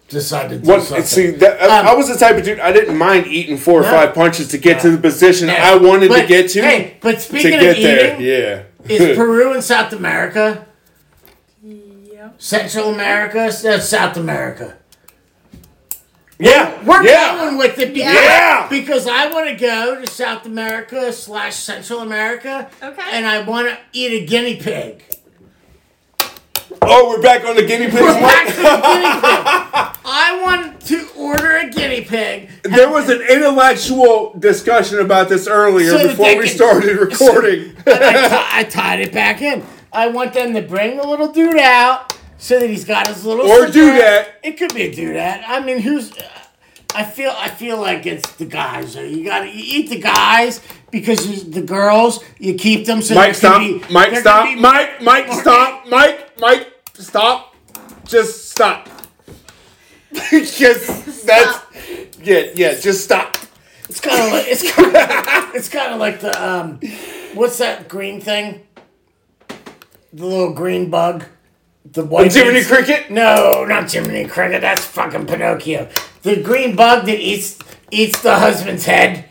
decide to do
Mm. What,
something.
see, that, I-
Um,
I was the type of dude, I didn't mind eating four or
No.
five punches to get to the position
Yeah.
I wanted
But,
to get to.
hey, but
to
speaking of
get
eating,
there, yeah.
Is Peru in South America?
Yeah.
Central America? That's South America.
yeah.
We're
yeah.
going with it because,
Yeah.
because I want to go to South America slash Central America.
Okay.
And I want to eat a guinea pig.
Oh, we're back on the guinea pigs.
We're back to the guinea pig. I want to order a guinea pig.
There was an intellectual discussion about this earlier
So that they
before we
can-
started recording.
And I ti- I tied it back in. I want them to bring the little dude out so that he's got his little
Or
cigar.
dudette.
It could be a dudette. I mean, who's? I feel I feel like it's the guys. You got to you eat the guys because you, the girls you keep them. So there
Mike,
could
stop.
be-
Mike,
there could
stop.
be-
Mike, Mike,
more-
stop. Mike, Mike, stop. Just stop. just that's yeah, yeah. Just stop.
It's kind of like it's kind of it's kind of like the um, what's that green thing? The little green bug. The white.
Jiminy
beans-
Cricket?
No, not Jiminy Cricket. That's fucking Pinocchio. The green bug that eats eats the husband's head.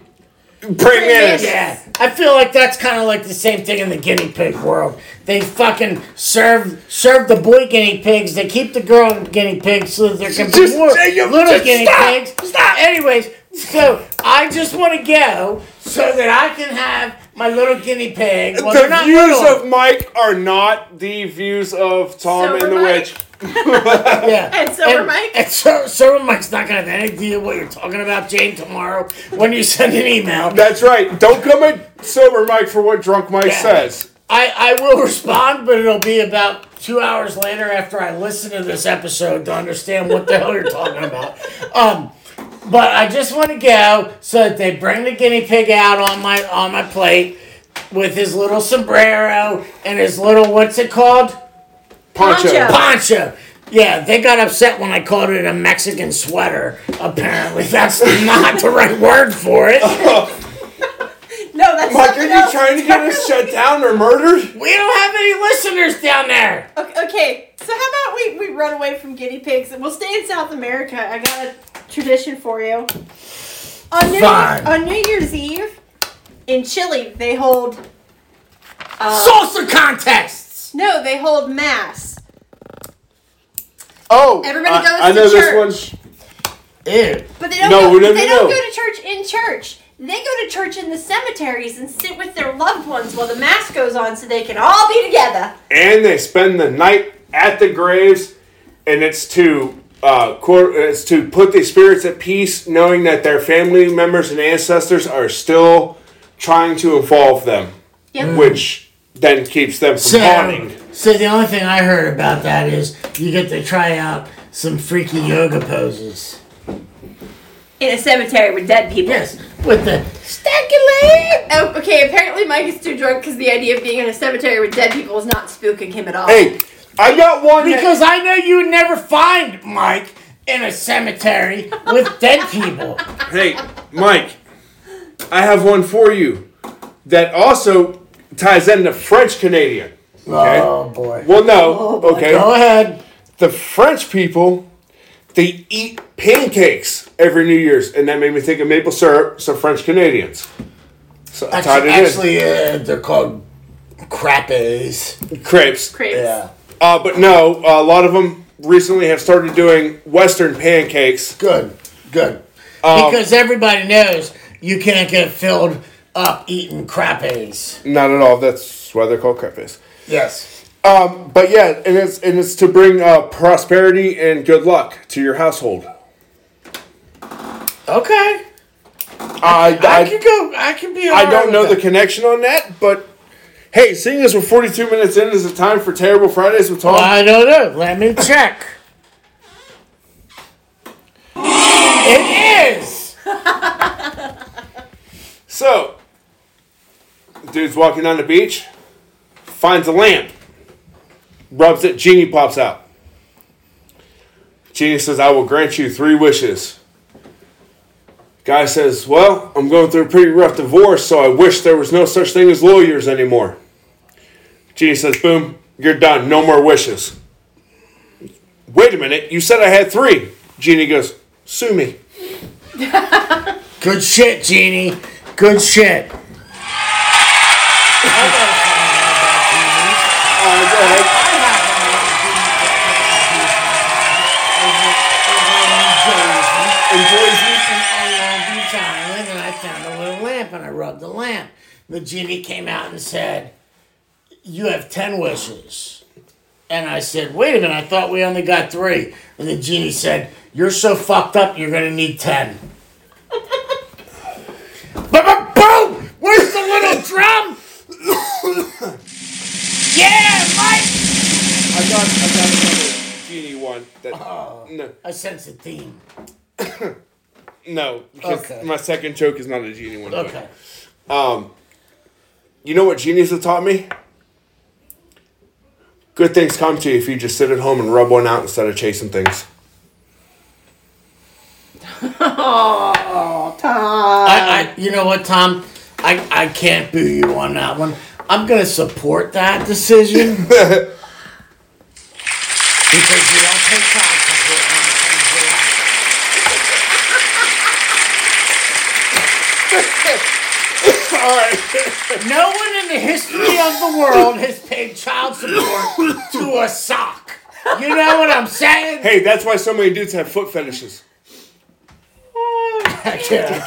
Praying mantis.
Yeah, I feel like that's kind of like the same thing in the guinea pig world. They fucking serve serve the boy guinea pigs. They keep the girl guinea pigs so that there can be
Just-
more
Jacob,
little
just
guinea
stop,
pigs. Stop. Anyways, so I just want to go so that I can have my little guinea pig. Well, they're
the
not
views
little.
of Mike are not the views of Tom
So
and the
am I.
Witch.
yeah.
And so are Mike.
And so, so Mike's not gonna have any idea what you're talking about, Jane, tomorrow when you send an email.
That's right. Don't come at sober Mike for what drunk Mike
Yeah.
says.
I, I will respond, but it'll be about two hours later after I listen to this episode to understand what the hell you're talking about. Um, but I just want to go so that they bring the guinea pig out on my on my plate. with his little sombrero and his little what's it called?
Poncho.
Poncho.
Poncho. Yeah, they got upset when I called it a Mexican sweater. Apparently, that's not the right word for it.
No, that's
Mike,
something
are you
else.
trying to get us shut down or murdered?
We don't have any listeners down there.
Okay, okay, so how about we, we run away from guinea pigs and we'll stay in South America. I got a tradition for you. On New,
Fine.
on New Year's Eve in Chile, they hold
Salsa contests.
no, they hold mass.
Oh,
Everybody
I,
goes
I
to
know
church.
this one's.
Ew.
But they don't
No,
go,
no, no,
they don't
no.
go to church in church. They go to church in the cemeteries and sit with their loved ones while the mass goes on so they can all be together.
And they spend the night at the graves, and it's to. Uh, quote, it's to put the spirits at peace, knowing that their family members and ancestors are still trying to involve them, Mm.
Yep.
which then keeps them from
So,
haunting.
so the only thing I heard about that is you get to try out some freaky yoga poses.
In a cemetery with dead people.
Yes, with the
Stack your leg. Oh, okay, apparently Mike is too drunk because the idea of being in a cemetery with dead people is not spooking him at all.
Hey, I got one. that-
because I know you would never find Mike in a cemetery with dead people.
Hey, Mike, I have one for you that also ties into French Canadian.
Oh boy.
Well, no, okay.
Go ahead.
The French people, they eat pancakes every New Year's, and that made me think of maple syrup. So French Canadians. So I tied
Actually,
it
actually uh, they're called crapes.
in crepes.
Crepes.
Yeah.
Uh, but no, a lot of them recently have started doing Western pancakes.
Good. Good. because everybody knows you can't get filled up eating crapes.
Not at all. That's why they're called crepes.
Yes.
But yeah, and it's and it's to bring uh, prosperity and good luck to your household.
Okay.
I,
I,
I,
could go. I could be.
I don't know the connection on that, but hey, seeing as we're 42 minutes in, is it time for Terrible Fridays with Tom?
I don't know. Let me check. it is.
So, dude's walking on the beach, finds a lamp, rubs it, genie pops out. Genie says, I will grant you three wishes. Guy says, Well, I'm going through a pretty rough divorce, so I wish there was no such thing as lawyers anymore. Genie says, Boom, you're done, no more wishes. Wait a minute, you said I had three. Genie goes, Sue me.
Good shit, Genie. Good shit. on Long Beach Island, and I found a little lamp, and I rubbed the lamp. The genie came out and said, "You have ten wishes." And I said, "Wait a minute! I thought we only got three. And the genie said, "You're so fucked up. You're gonna need ten. Boom! Where's the little drum? yeah, Mike.
I got, I got another genie one. That,
Uh-huh.
No,
I sense a theme.
no, because
Okay.
my second joke is not a genie one. but-
Okay.
You know what genies have taught me? Good things come to you if you just sit at home and rub one out instead of chasing things.
I, I, you know what, Tom? I, I can't boo you on that one. I'm gonna support that decision. because we all take time supporting the things we like.
All right.
No one in the history of the world has paid child support to a sock. You know what I'm saying?
Hey, that's why so many dudes have foot fetishes.
I can't,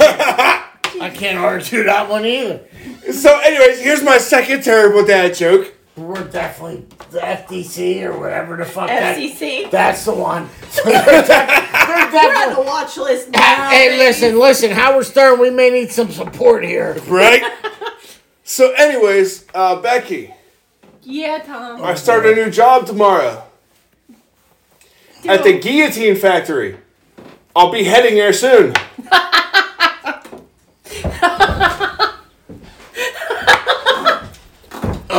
I can't argue that one either.
So, anyways, here's my second terrible dad joke.
We're definitely the FTC or whatever the fuck. that-
FCC.
that's the one. We're definitely-
We're on the watch list now.
Hey,
baby.
listen, listen, Howard Stern, we may need some support here.
Right? so, anyways, uh, Becky,
Yeah, Tom.
I start a new job tomorrow at the
Dude,
guillotine factory. I'll be heading there soon.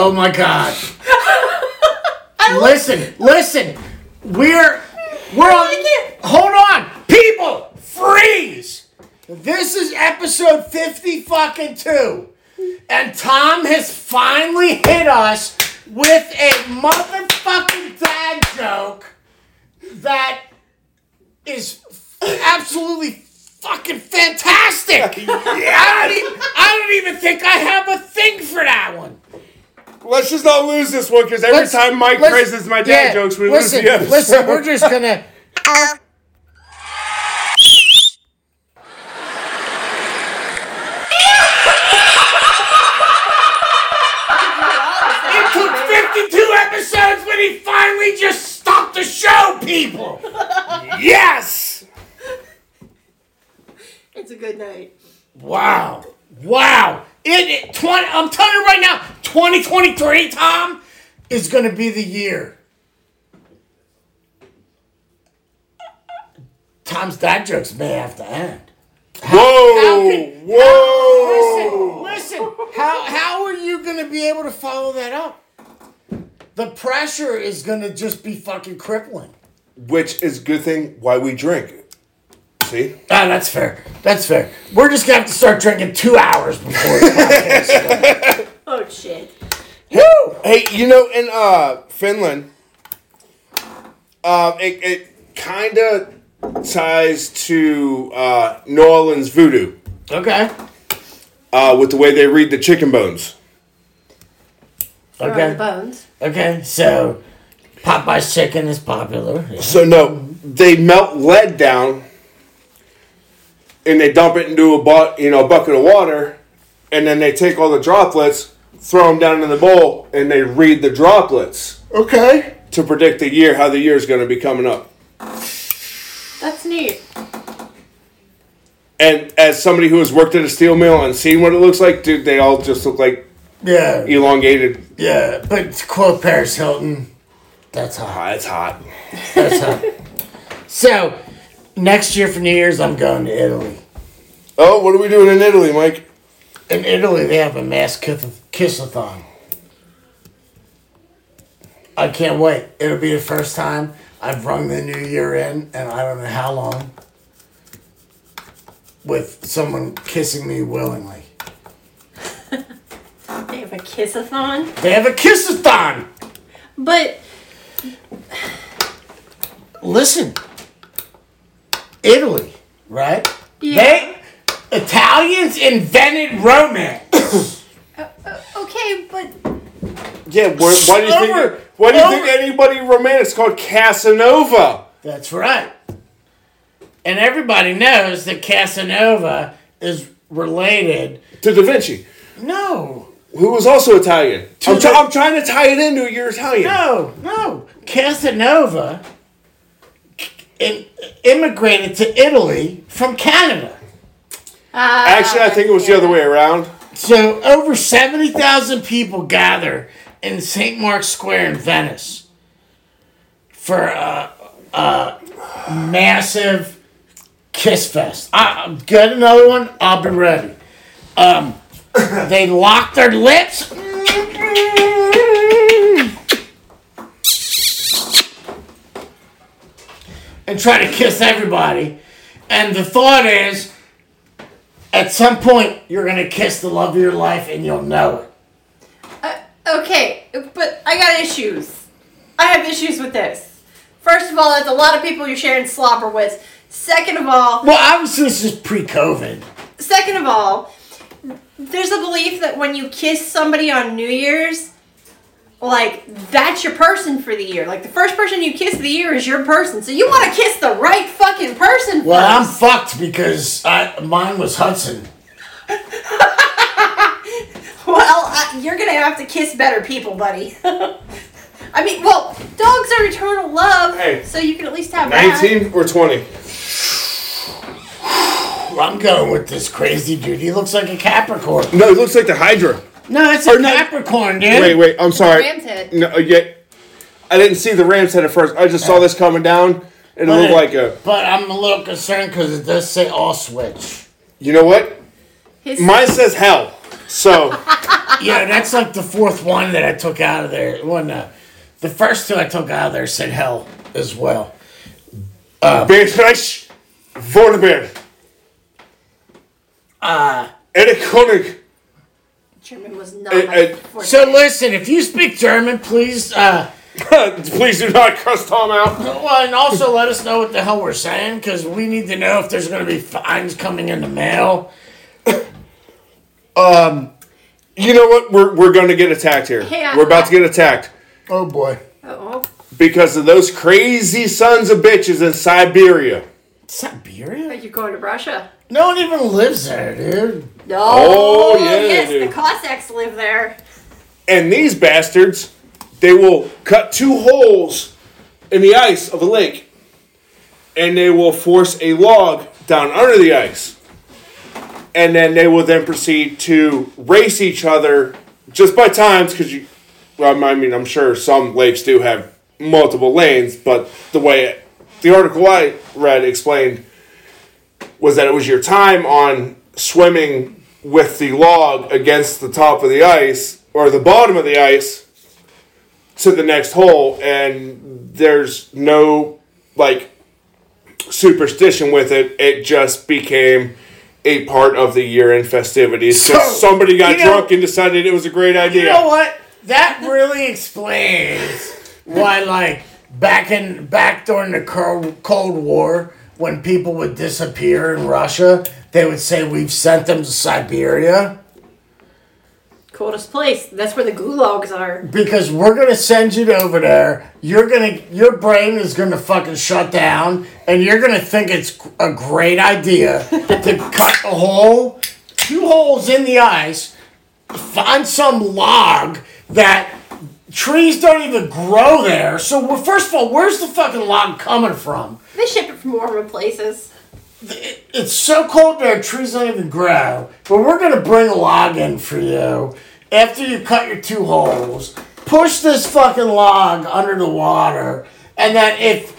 Oh my god. listen, listen. We're we're on Hold on. People, freeze. This is episode 50 fucking 2. And Tom has finally hit us with a motherfucking dad joke that is absolutely fucking fantastic. I don't even, I don't even think I have a thing for that one.
Let's just not lose this one because every
Let's-
time Mike
let's-
praises my dad
yeah,
jokes, we
listen,
lose the episode.
Listen, we're just gonna. it took 52 episodes when he finally just stopped the show, people! yes!
It's a good night.
Wow. Wow. It, it 20, I'm telling you right now, 2023, Tom, is going to be the year. Tom's dad jokes may have to end. How
Whoa!
can-
whoa!
Listen, listen. How how are you gonna be able to follow that up? The pressure is gonna just be fucking crippling.
Which is a good thing why we drink. See?
Ah, that's fair. That's fair. We're just gonna have to start drinking two hours before. the podcast.
Oh shit.
Hey, you know, in uh, Finland, uh, it, it kind of ties to uh, New Orleans voodoo
okay.
uh, with the way they read the chicken bones.
Throw the
Okay.
bones.
Okay. So, Popeye's chicken is popular.
So no, they melt lead down, and they dump it into a bu- you know bucket of water, and then they take all the droplets, throw them down in the bowl, and they read the droplets
Okay.
to predict the year how the year is going to be coming up.
That's neat.
And as somebody who has worked at a steel mill and seen what it looks like, dude, they all just look like
Yeah.
elongated.
Yeah. But to quote Paris Hilton, that's hot.
Ah, it's hot.
That's hot. so, next year for New Year's, I'm going to Italy.
Oh, what are we doing in Italy, Mike?
In Italy, they have a mass kith- kissathon. I can't wait. It'll be the first time I've rung the new year in, and I don't know how long, with someone kissing me willingly.
They have a kiss-a-thon.
They have a kissathon!
But
Listen, Italy, right?
yeah.
They, Italians invented romance.
Uh, okay, but
Yeah, where, why do you
Over.
think? Why do you think
Over.
anybody romantic is called Casanova?
That's right. And everybody knows that Casanova is related.
To Da Vinci.
No,
who was also Italian. I'm, try-
the-
I'm trying to tie it into you're Italian.
no, no. Casanova in, immigrated to Italy from Canada.
Actually, I think it was the other way around.
So over 70,000 people gather in St. Mark's Square in Venice for a, a massive kiss fest. I, get another one, I'll be ready. Um, they lock their lips. And try to kiss everybody. And the thought is, at some point, you're gonna kiss the love of your life, and you'll know it.
uh, okay, but I got issues. I have issues with this. First of all, that's a lot of people you're sharing slobber with. Second of all,
Well, obviously, this is pre-COVID.
Second of all, there's a belief that when you kiss somebody on New Year's, like that's your person for the year. Like the first person you kiss of the year is your person. So you want to kiss the right fucking person.
Well, I'm
first.
fucked because I, mine was Hudson.
well, I, you're gonna have to kiss better people, buddy. I mean, well, dogs are eternal love,
Hey.
so you can at least have that.
19 or 20?
Well, I'm going with this crazy dude. He looks like a Capricorn.
No, it looks like the Hydra.
No, it's a Capricorn, dude.
Wait, wait, I'm sorry.
Ram's head.
No, uh, yeah, I didn't see the ram's head at first. I just saw this coming down. and It
But,
looked like a.
but I'm a little concerned because it does say all switch.
You know what?
His-
Mine says hell. So
yeah, that's like the fourth one that I took out of there. One, uh, the first two I took out of there said hell as well.
Beatrice Vorneberg. Eric Koenig.
German was not
It-
my
it-
forte.
So listen, if you speak German, please. Uh,
Please do not cuss Tom out.
well, and also let us know what the hell we're saying because we need to know if there's going to be fines coming in the mail.
You know what? We're, we're going to get attacked here.
Hey, I-
we're about to get attacked
Oh boy.
oh,
because of those crazy sons of bitches in Siberia.
are
Siberia?
you going to Russia?
No one even lives there, dude.
No.
Oh, yeah, they
yes,
do.
the Cossacks live there.
And these bastards, they will cut two holes in the ice of a lake and they will force a log down under the ice. And then they will then proceed to race each other just by times because you, well, I mean, I'm sure some lakes do have multiple lanes, but the way it, the article I read explained was that it was your time on swimming with the log against the top of the ice or the bottom of the ice to the next hole and there's no like superstition with it it just became a part of the year-end festivities so
So,
somebody got
you know-
drunk and decided it was a great idea
You know what? That really explains why, like back in back during the Col- Cold War, when people would disappear in Russia, they would say we've sent them to Siberia
Coldest place. That's where the gulags are.
because we're gonna send you over there. You're gonna your brain is gonna fucking shut down, and you're gonna think it's a great idea to cut a hole, two holes in the ice, find some log that trees don't even grow there. So well, first of all, where's the fucking log coming from?
They ship it from warmer places.
It- It's so cold there, trees don't even grow. But we're gonna bring a log in for you after you cut your two holes. Push this fucking log under the water, and then if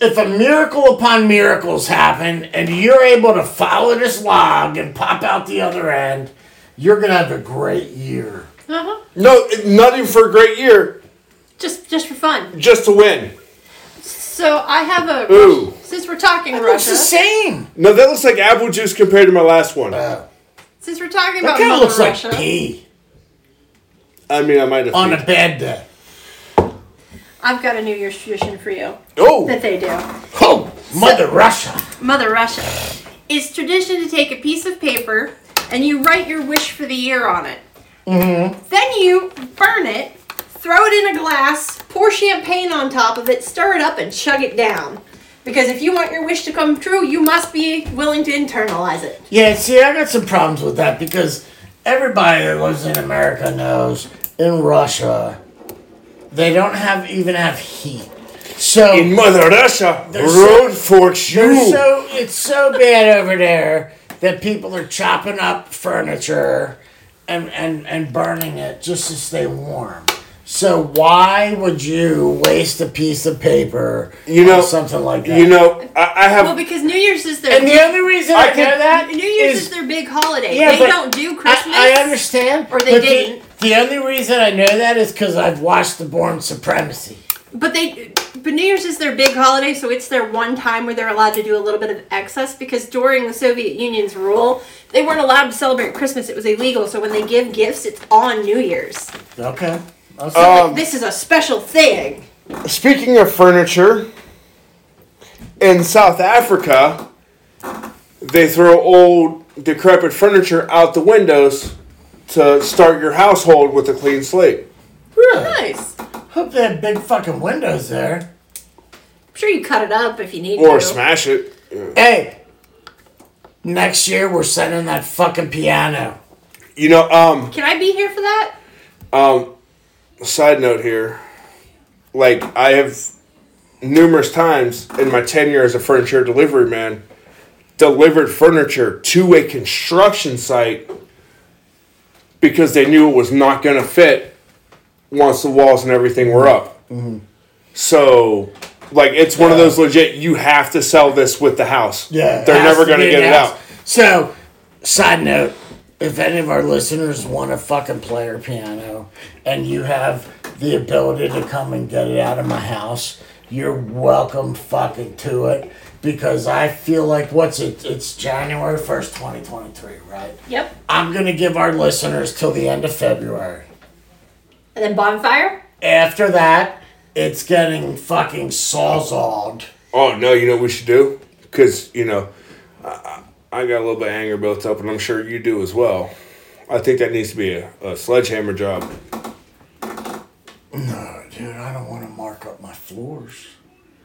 if a miracle upon miracles happen, and you're able to follow this log and pop out the other end, you're gonna have a great year.
Uh-huh.
no not even for a great year
Just just for fun.
just to win
So I have a
Ooh.
since we're talking
It's
Russia.
the same.
no that looks like apple juice compared to my last one
Since we're talking
That
about
kind of
Mother
looks
Russia.
like pee
i mean i might have
on a bad day.
I've got a New Year's tradition for you that
oh
they do.
Oh, Mother Russia.
Mother Russia. It's tradition to take a piece of paper and you write your wish for the year on it.
Mm-hmm.
Then you burn it, throw it in a glass, pour champagne on top of it, stir it up, and chug it down. Because if you want your wish to come true, you must be willing to internalize it.
Yeah, see, I got some problems with that because everybody that lives in America knows in Russia they don't have even have heat. So
in mother russia
so-
road forks
they're
you
so it's so bad over there that people are chopping up furniture and, and, and burning it just to stay warm. So why would you waste a piece of paper
You know-
on something like that?
You know, I, I have.
Well, because New Year's is their
and the only reason I,
I
know
could-
that
New Year's
is
is, their big holiday.
Yeah,
they
but
don't do Christmas.
I, I understand.
Or they
but the-
didn't.
The, only reason I know that is because I've watched The Born Supremacy.
But they, but New Year's is their big holiday, so it's their one time where they're allowed to do a little bit of excess because during the Soviet Union's rule, they weren't allowed to celebrate Christmas. It was illegal. So when they give gifts, it's on New Year's.
Okay. That's-
um,
This is a special thing.
speaking of furniture, in South Africa, they throw old, decrepit furniture out the windows to start your household with a clean slate.
really?
Nice. I'm
Hope they have big fucking windows there.
sure you cut it up if you need
Or
to.
smash it.
Hey, next year we're sending that fucking piano.
You know, um,
Can I be here for that?
side note here. Like, I have numerous times in my tenure as a furniture delivery man delivered furniture to a construction site because they knew it was not going to fit once the walls and everything were up. So, like, it's one of those legit, you have to sell this with the house.
Yeah.
They're
has
never
to
going to
be
get it
announced.
out.
So, side note, if any of our listeners want a fucking player piano and you have the ability to come and get it out of my house, you're welcome fucking to it because I feel like what's it? It's January 1st, 2023, right?
Yep.
I'm going to give our listeners till the end of February.
And then bonfire.
After that, it's getting fucking sawzalled.
Oh no, you know what we should do? Because you know, I, I got a little bit of anger built up, and I'm sure you do as well. I think that needs to be a, a sledgehammer job.
No, dude, I don't want to mark up my floors.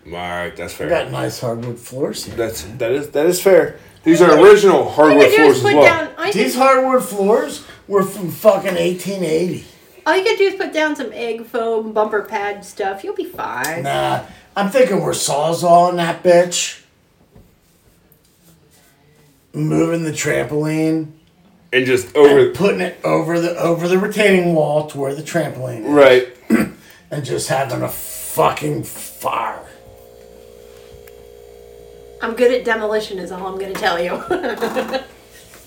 All right, that's
I
fair.
got nice hardwood floors here.
That's that is that is fair. These are original hardwood
All you could do is
floors as
put
well.
down. All you, could,
These hardwood floors were from fucking 1880.
all you could do is put down some egg foam bumper pad stuff. You'll be fine.
Nah, I'm thinking we're sawzalling that bitch. Moving the trampoline,
And just over
putting it over the over the retaining wall to where the trampoline is,
right.
and just having a fucking fire.
I'm good at demolition. Is all I'm gonna tell you.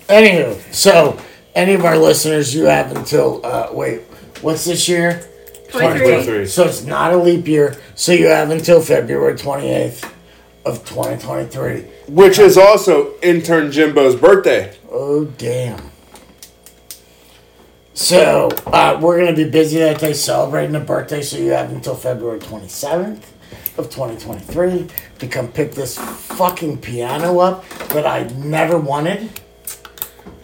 Anywho, so any of our listeners, you have until uh, wait, what's this year?
23.
23.
So it's not a leap year. So you have until February 28th of 2023.
Which is also intern Jimbo's birthday.
Oh, damn. So, uh, we're going to be busy that day celebrating a birthday, so you have until February 27th of 2023 to come pick this fucking piano up that I never wanted,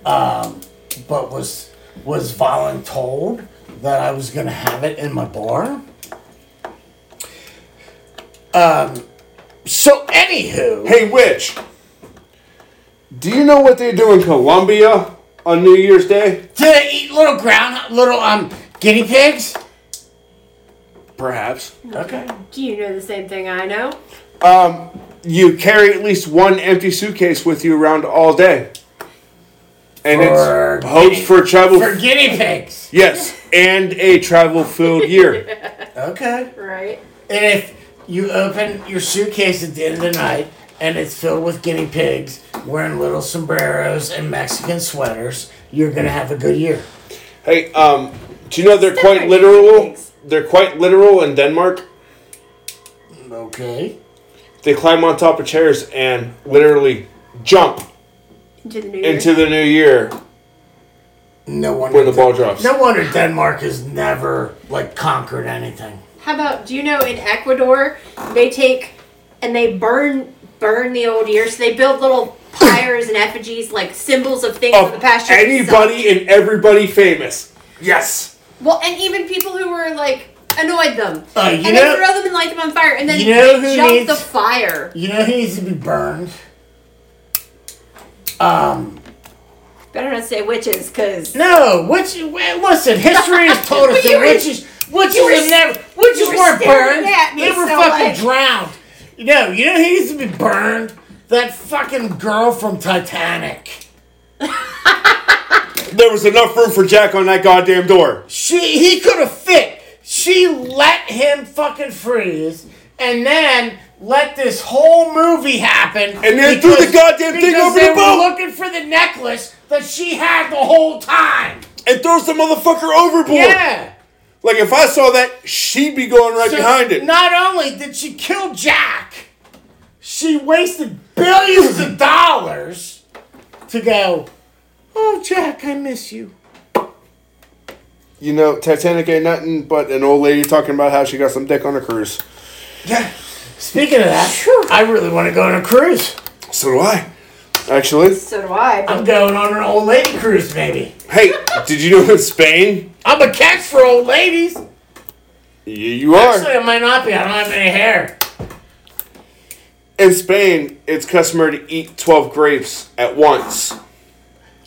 um, but was was voluntold that I was going to have it in my bar. Um, Um, so, anywho.
Hey, Witch, do you know what they do in Colombia on New Year's Day?
Do they eat little ground, little um guinea pigs?
Perhaps.
Okay.
Do you know the same thing I know?
You carry at least one empty suitcase with you around all day. And
For
it's hopes for travel.
For guinea pigs.
yes, and a travel filled year.
Okay.
Right.
And if you open your suitcase at the end of the night and it's filled with guinea pigs wearing little sombreros and Mexican sweaters, you're gonna have a good year.
hey, um, do you know they're
Still
quite
my
literal?
suitcase.
They're quite literal in Denmark.
Okay.
They climb on top of chairs and literally jump
Into the new year.
into the new year
No wonder.
when the ball drops.
no wonder Denmark has never like conquered anything.
How about do you know in Ecuador they take and they burn burn the old year, so they build little pyres and effigies like symbols of things of the
Of
past year.
anybody and everybody famous. Yes.
Well, and even people who were like annoyed them,
Uh, you
and
know-
they throw them and light them on fire, and then
You know who
they jump
needs-
the fire.
You know who needs to be burned?
Better not say witches, because
No, which well, listen, history has told us
But
that
you were-
witches, witches
you were
have never, witches
you were
weren't
staring
burned.
at me,
They were
so,
fucking
like-
drowned. You know, you know who needs to be burned? That fucking girl from Titanic.
There was enough room for Jack on that goddamn door.
She, he could have fit. She let him fucking freeze, and then let this whole movie happen.
And then threw the goddamn thing
because
over
they
the
were
boat.
looking for the necklace that she had the whole time.
And throws the motherfucker overboard.
Yeah.
Like if I saw that, she'd be going right
So
behind it.
Not only did she kill Jack, she wasted billions of dollars to go, Oh, Jack, I miss you.
you know, Titanic ain't nothing but an old lady talking about how she got some dick on a cruise.
Yeah. Speaking of that, I really want to go on a cruise.
So do I. Actually,
so do I. But
I'm going on an old lady cruise, maybe.
hey, did you know in Spain?
I'm a catch for old ladies.
Y- you are.
Actually, I might not be. I don't have any hair.
In Spain, it's customary to eat 12 grapes at once.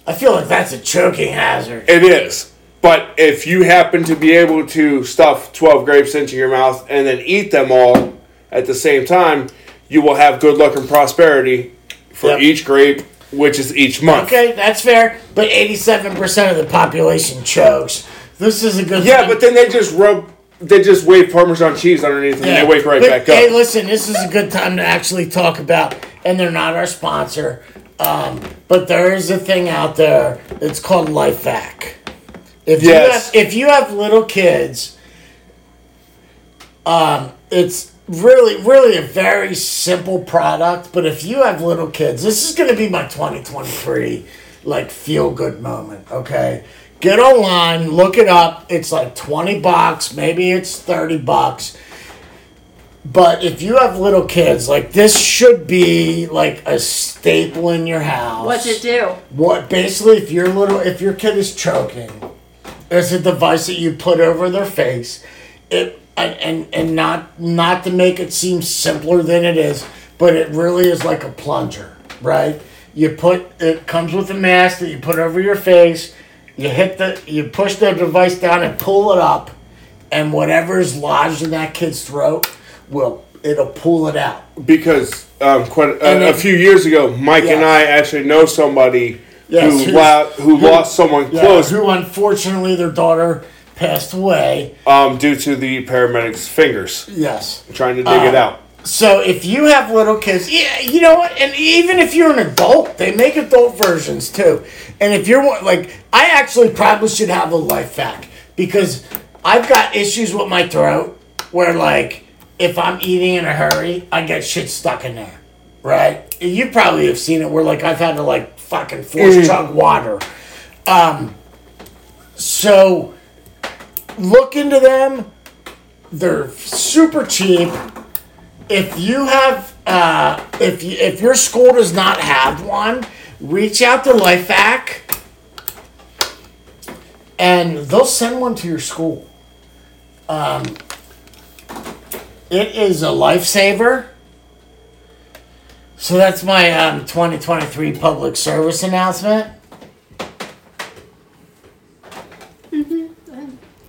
I feel like that's a choking hazard.
It is. But if you happen to be able to stuff 12 grapes into your mouth and then eat them all at the same time, you will have good luck and prosperity for
Yep.
each grape, which is each month.
Okay, that's fair, but 87% of the population chokes. This is a good
Yeah,
thing.
but then they just rub, they just wave Parmesan cheese underneath and they wake right
But,
back
Hey,
up.
listen, this is a good time to actually talk about, and they're not our sponsor, um, But there is a thing out there. It's called life hack. If
Yes.
you have, if you have little kids, um, it's really really a very simple product. But if you have little kids, this is going to be my twenty twenty three like feel good moment. Okay, get online, look it up. It's like twenty bucks, maybe it's thirty bucks. But if you have little kids, like this should be like a staple in your house.
What's it do?
What basically, if your little, if your kid is choking, it's a device that you put over their face, it and and, and not not to make it seem simpler than it is, but it really is like a plunger, right? You put it comes with a mask that you put over your face. You hit the you push the device down and pull it up, and whatever is lodged in that kid's throat will it'll pull it out.
because um, quite a,
And
a
then-
few years ago, Mike and
Yeah.
I actually know somebody
Yes,
who
who's-
lo- who,
who-
lost someone
Yeah,
close
Who unfortunately their daughter passed away.
um, due to the paramedics' fingers
Yes.
trying to dig it
Ah.
out.
So if you have little kids, yeah, you know what? And even if you're an adult, they make adult versions too. And if you're one- like, I actually probably should have a life hack because I've got issues with my throat where, like, if I'm eating in a hurry, I get shit stuck in there, right? You probably have seen it where, like, I've had to, like, fucking force chug water. Um, so look into them. They're super cheap if you have uh, if you, if your school does not have one, reach out to LifeAC, and they'll send one to your school. Um, it is a lifesaver. So that's my um, 2023 public service announcement.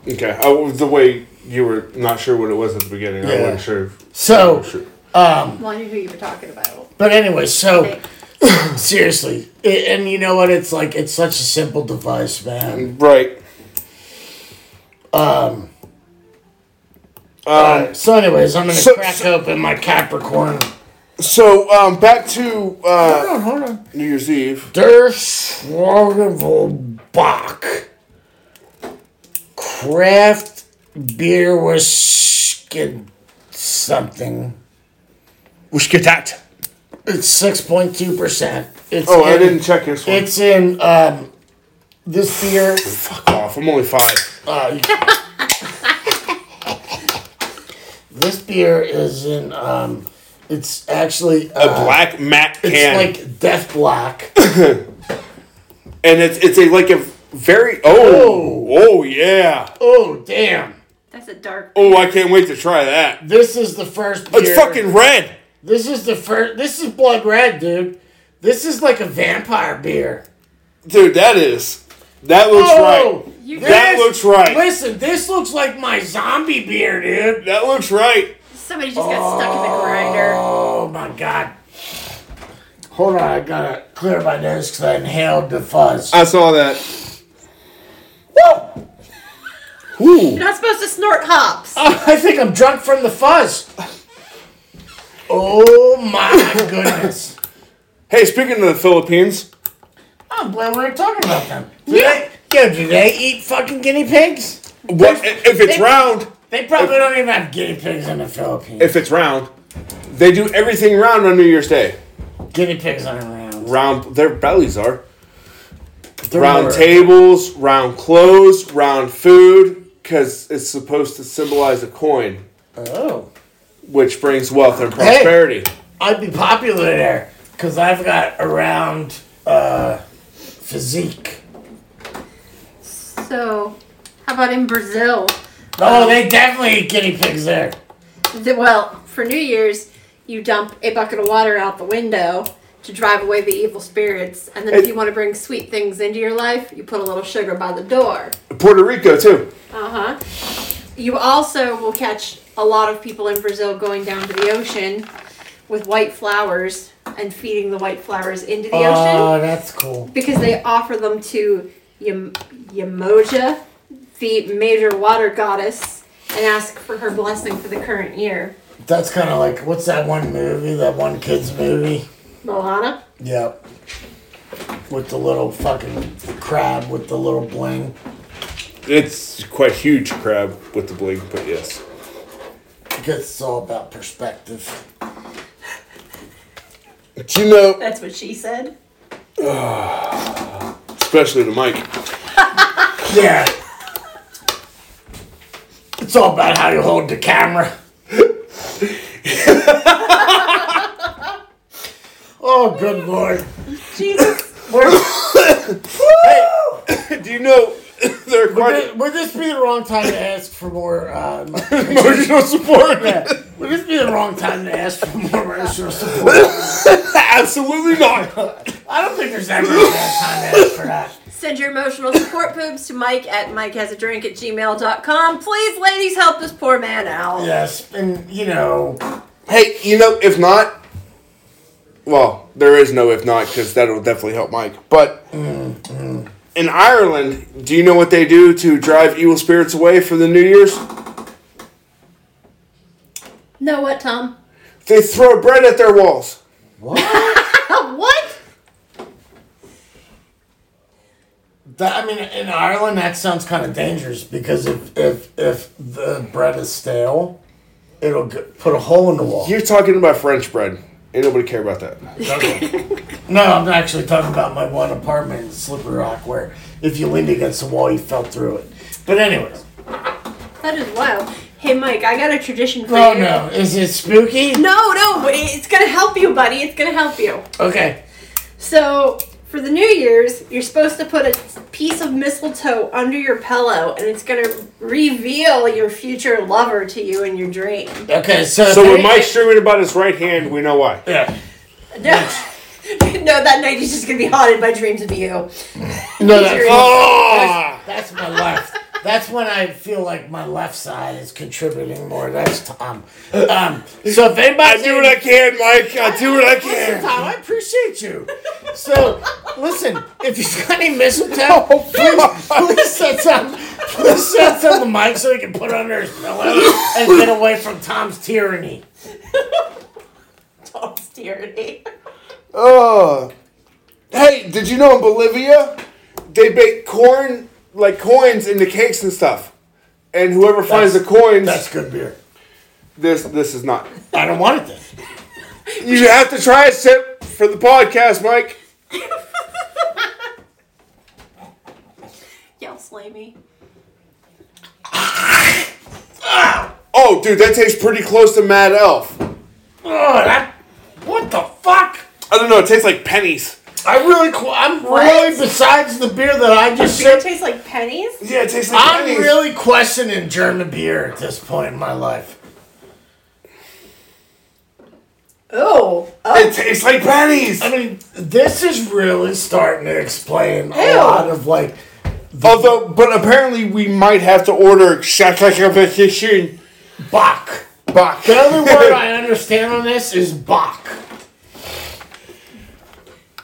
Okay, I, was- the way you were not sure what it was at the beginning, I
Yeah.
wasn't sure. if-
So,
sure.
Well, I knew who you were talking about.
but anyway, so.
Hey,
Seriously, I- and you know what? It's like it's such a simple device, man.
right.
So, anyways, I'm gonna
So-
crack open my Capricorn.
So um, back to uh,
on, hold on.
New Year's Eve.
Der Schwagelbach craft beer was skin something.
We should get that.
It's six point two percent. It's
Oh, I
in-
didn't check this one.
It's in um, this beer.
Fuck off. I'm only five.
This beer is in. Um, it's actually
A
uh,
black Mac
It's
can.
like death black.
and it's it's a like a very oh oh yeah
oh damn!
That's a dark.
oh I can't wait to try that.
This is the first. Beer.
It's fucking red.
This is the first. This is blood red, dude. This is like a vampire beer.
Dude, that is. That looks
Oh.
right.
You
That
This-
looks right.
Listen, this looks like my zombie beer, dude.
That looks right.
Somebody just got stuck in the grinder.
Oh my god. Hold on, I gotta clear my nose because I inhaled the fuzz.
I saw that.
Woo!
You're not supposed to snort hops.
I think I'm drunk from the fuzz. Oh my goodness.
Hey, speaking of the Philippines,
I'm Oh, glad we were talking about them. Do they, yo, do they eat fucking guinea pigs?
what if it's round?
They probably don't even have guinea pigs in the Philippines.
If it's round, they do everything round on New Year's Day.
guinea pigs aren't around.
Round their bellies are
They're
round
more-
tables, round clothes, round food, because it's supposed to symbolize a coin,
Oh.
which brings wealth and prosperity.
I'd be popular there because I've got a round uh, physique.
So, how about in Brazil?
Oh, they definitely eat guinea pigs there.
The- well, for New Year's, you dump a bucket of water out the window to drive away the evil spirits. And then if you want to bring sweet things into your life, you put a little sugar by the door.
Puerto Rico too.
Uh huh. You also will catch a lot of people in Brazil going down to the ocean with white flowers and feeding the white flowers into the ocean
Oh, that's cool.
because they offer them to Yam- Yamoja, the major water goddess, and ask for her blessing for the current year.
That's kind of like what's that one movie? That one kids movie?
Milana.
Yep. With the little fucking crab with the little bling.
It's quite huge crab with the bling, but yes.
Because it's all about perspective.
But you know,
That's what she said.
especially the mic.
Yeah. It's all about how you hold the camera. oh, good lord.
Jesus.
Do you know there are quite
Would this be the wrong time to ask for more? Uh, mo-
emotional support?
would this be the wrong time to ask for more emotional support?
Absolutely not.
I don't think there's ever a bad time to ask for that.
Send your emotional support boobs to Mike at MikeHasADrink at gmail.com. Please, ladies, help this poor man out.
Yes, and you know,
Hey, you know, if not, well, there is no if not because that'll definitely help Mike. But in Ireland, do you know what they do to drive evil spirits away for the New Year's?
Know what, Tom?
They throw bread at their walls.
Oh, what?
that, I mean, in Ireland, that sounds kind of dangerous because if if if the bread is stale, it'll g- put a hole in the wall.
You're talking about French bread. Ain't nobody care about that.
No, I'm actually talking about my one apartment in Slippery Rock where if you leaned against the wall, you fell through it. But anyways,
That is wild. Hey, Mike, I got a tradition for
oh
you.
no, is it spooky?
No, no, but it's gonna help you, buddy. It's gonna help you.
Okay,
So, for the New Year's, you're supposed to put a piece of mistletoe under your pillow, and it's gonna reveal your future lover to you in your dream.
okay, so
So
if
when
any-
Mike's streaming about his right hand, we know why.
yeah.
No, no, that night he's just gonna be haunted by dreams of you.
no, that's,
Your-
Oh!
that's my left. That's when I feel like my left side is contributing more. That's Tom. Um, so if
I
anybody's
do what I can, Mike. I do what I
Listen,
can.
Tom, I appreciate you. So, listen, if you've got any mistletoe, please, please set some. Please set some to Mike so he can put it under his pillow and get away from Tom's tyranny.
Tom's tyranny.
Oh. Hey, did you know in Bolivia they bake corn like coins into cakes and stuff? And whoever finds the
That's-
coins,
That's good beer.
this this is not.
I don't want it then.
You have to try a sip for the podcast, Mike.
Y'all slay me.
Oh, dude, that tastes pretty close to Mad Elf.
Ugh, that, what the fuck?
I don't know. It tastes like pennies.
I really, qu- I'm really, besides the beer that I just
It
sipped,
tastes like pennies.
Yeah, it tastes like
I'm
pennies.
really questioning German beer at this point in my life.
Oh,
It tastes like pennies.
I mean, this is really starting to explain a
Ew.
lot of like.
Although, but apparently we might have to order shakakification
Bach.
back.
The only word I understand on this is Bach.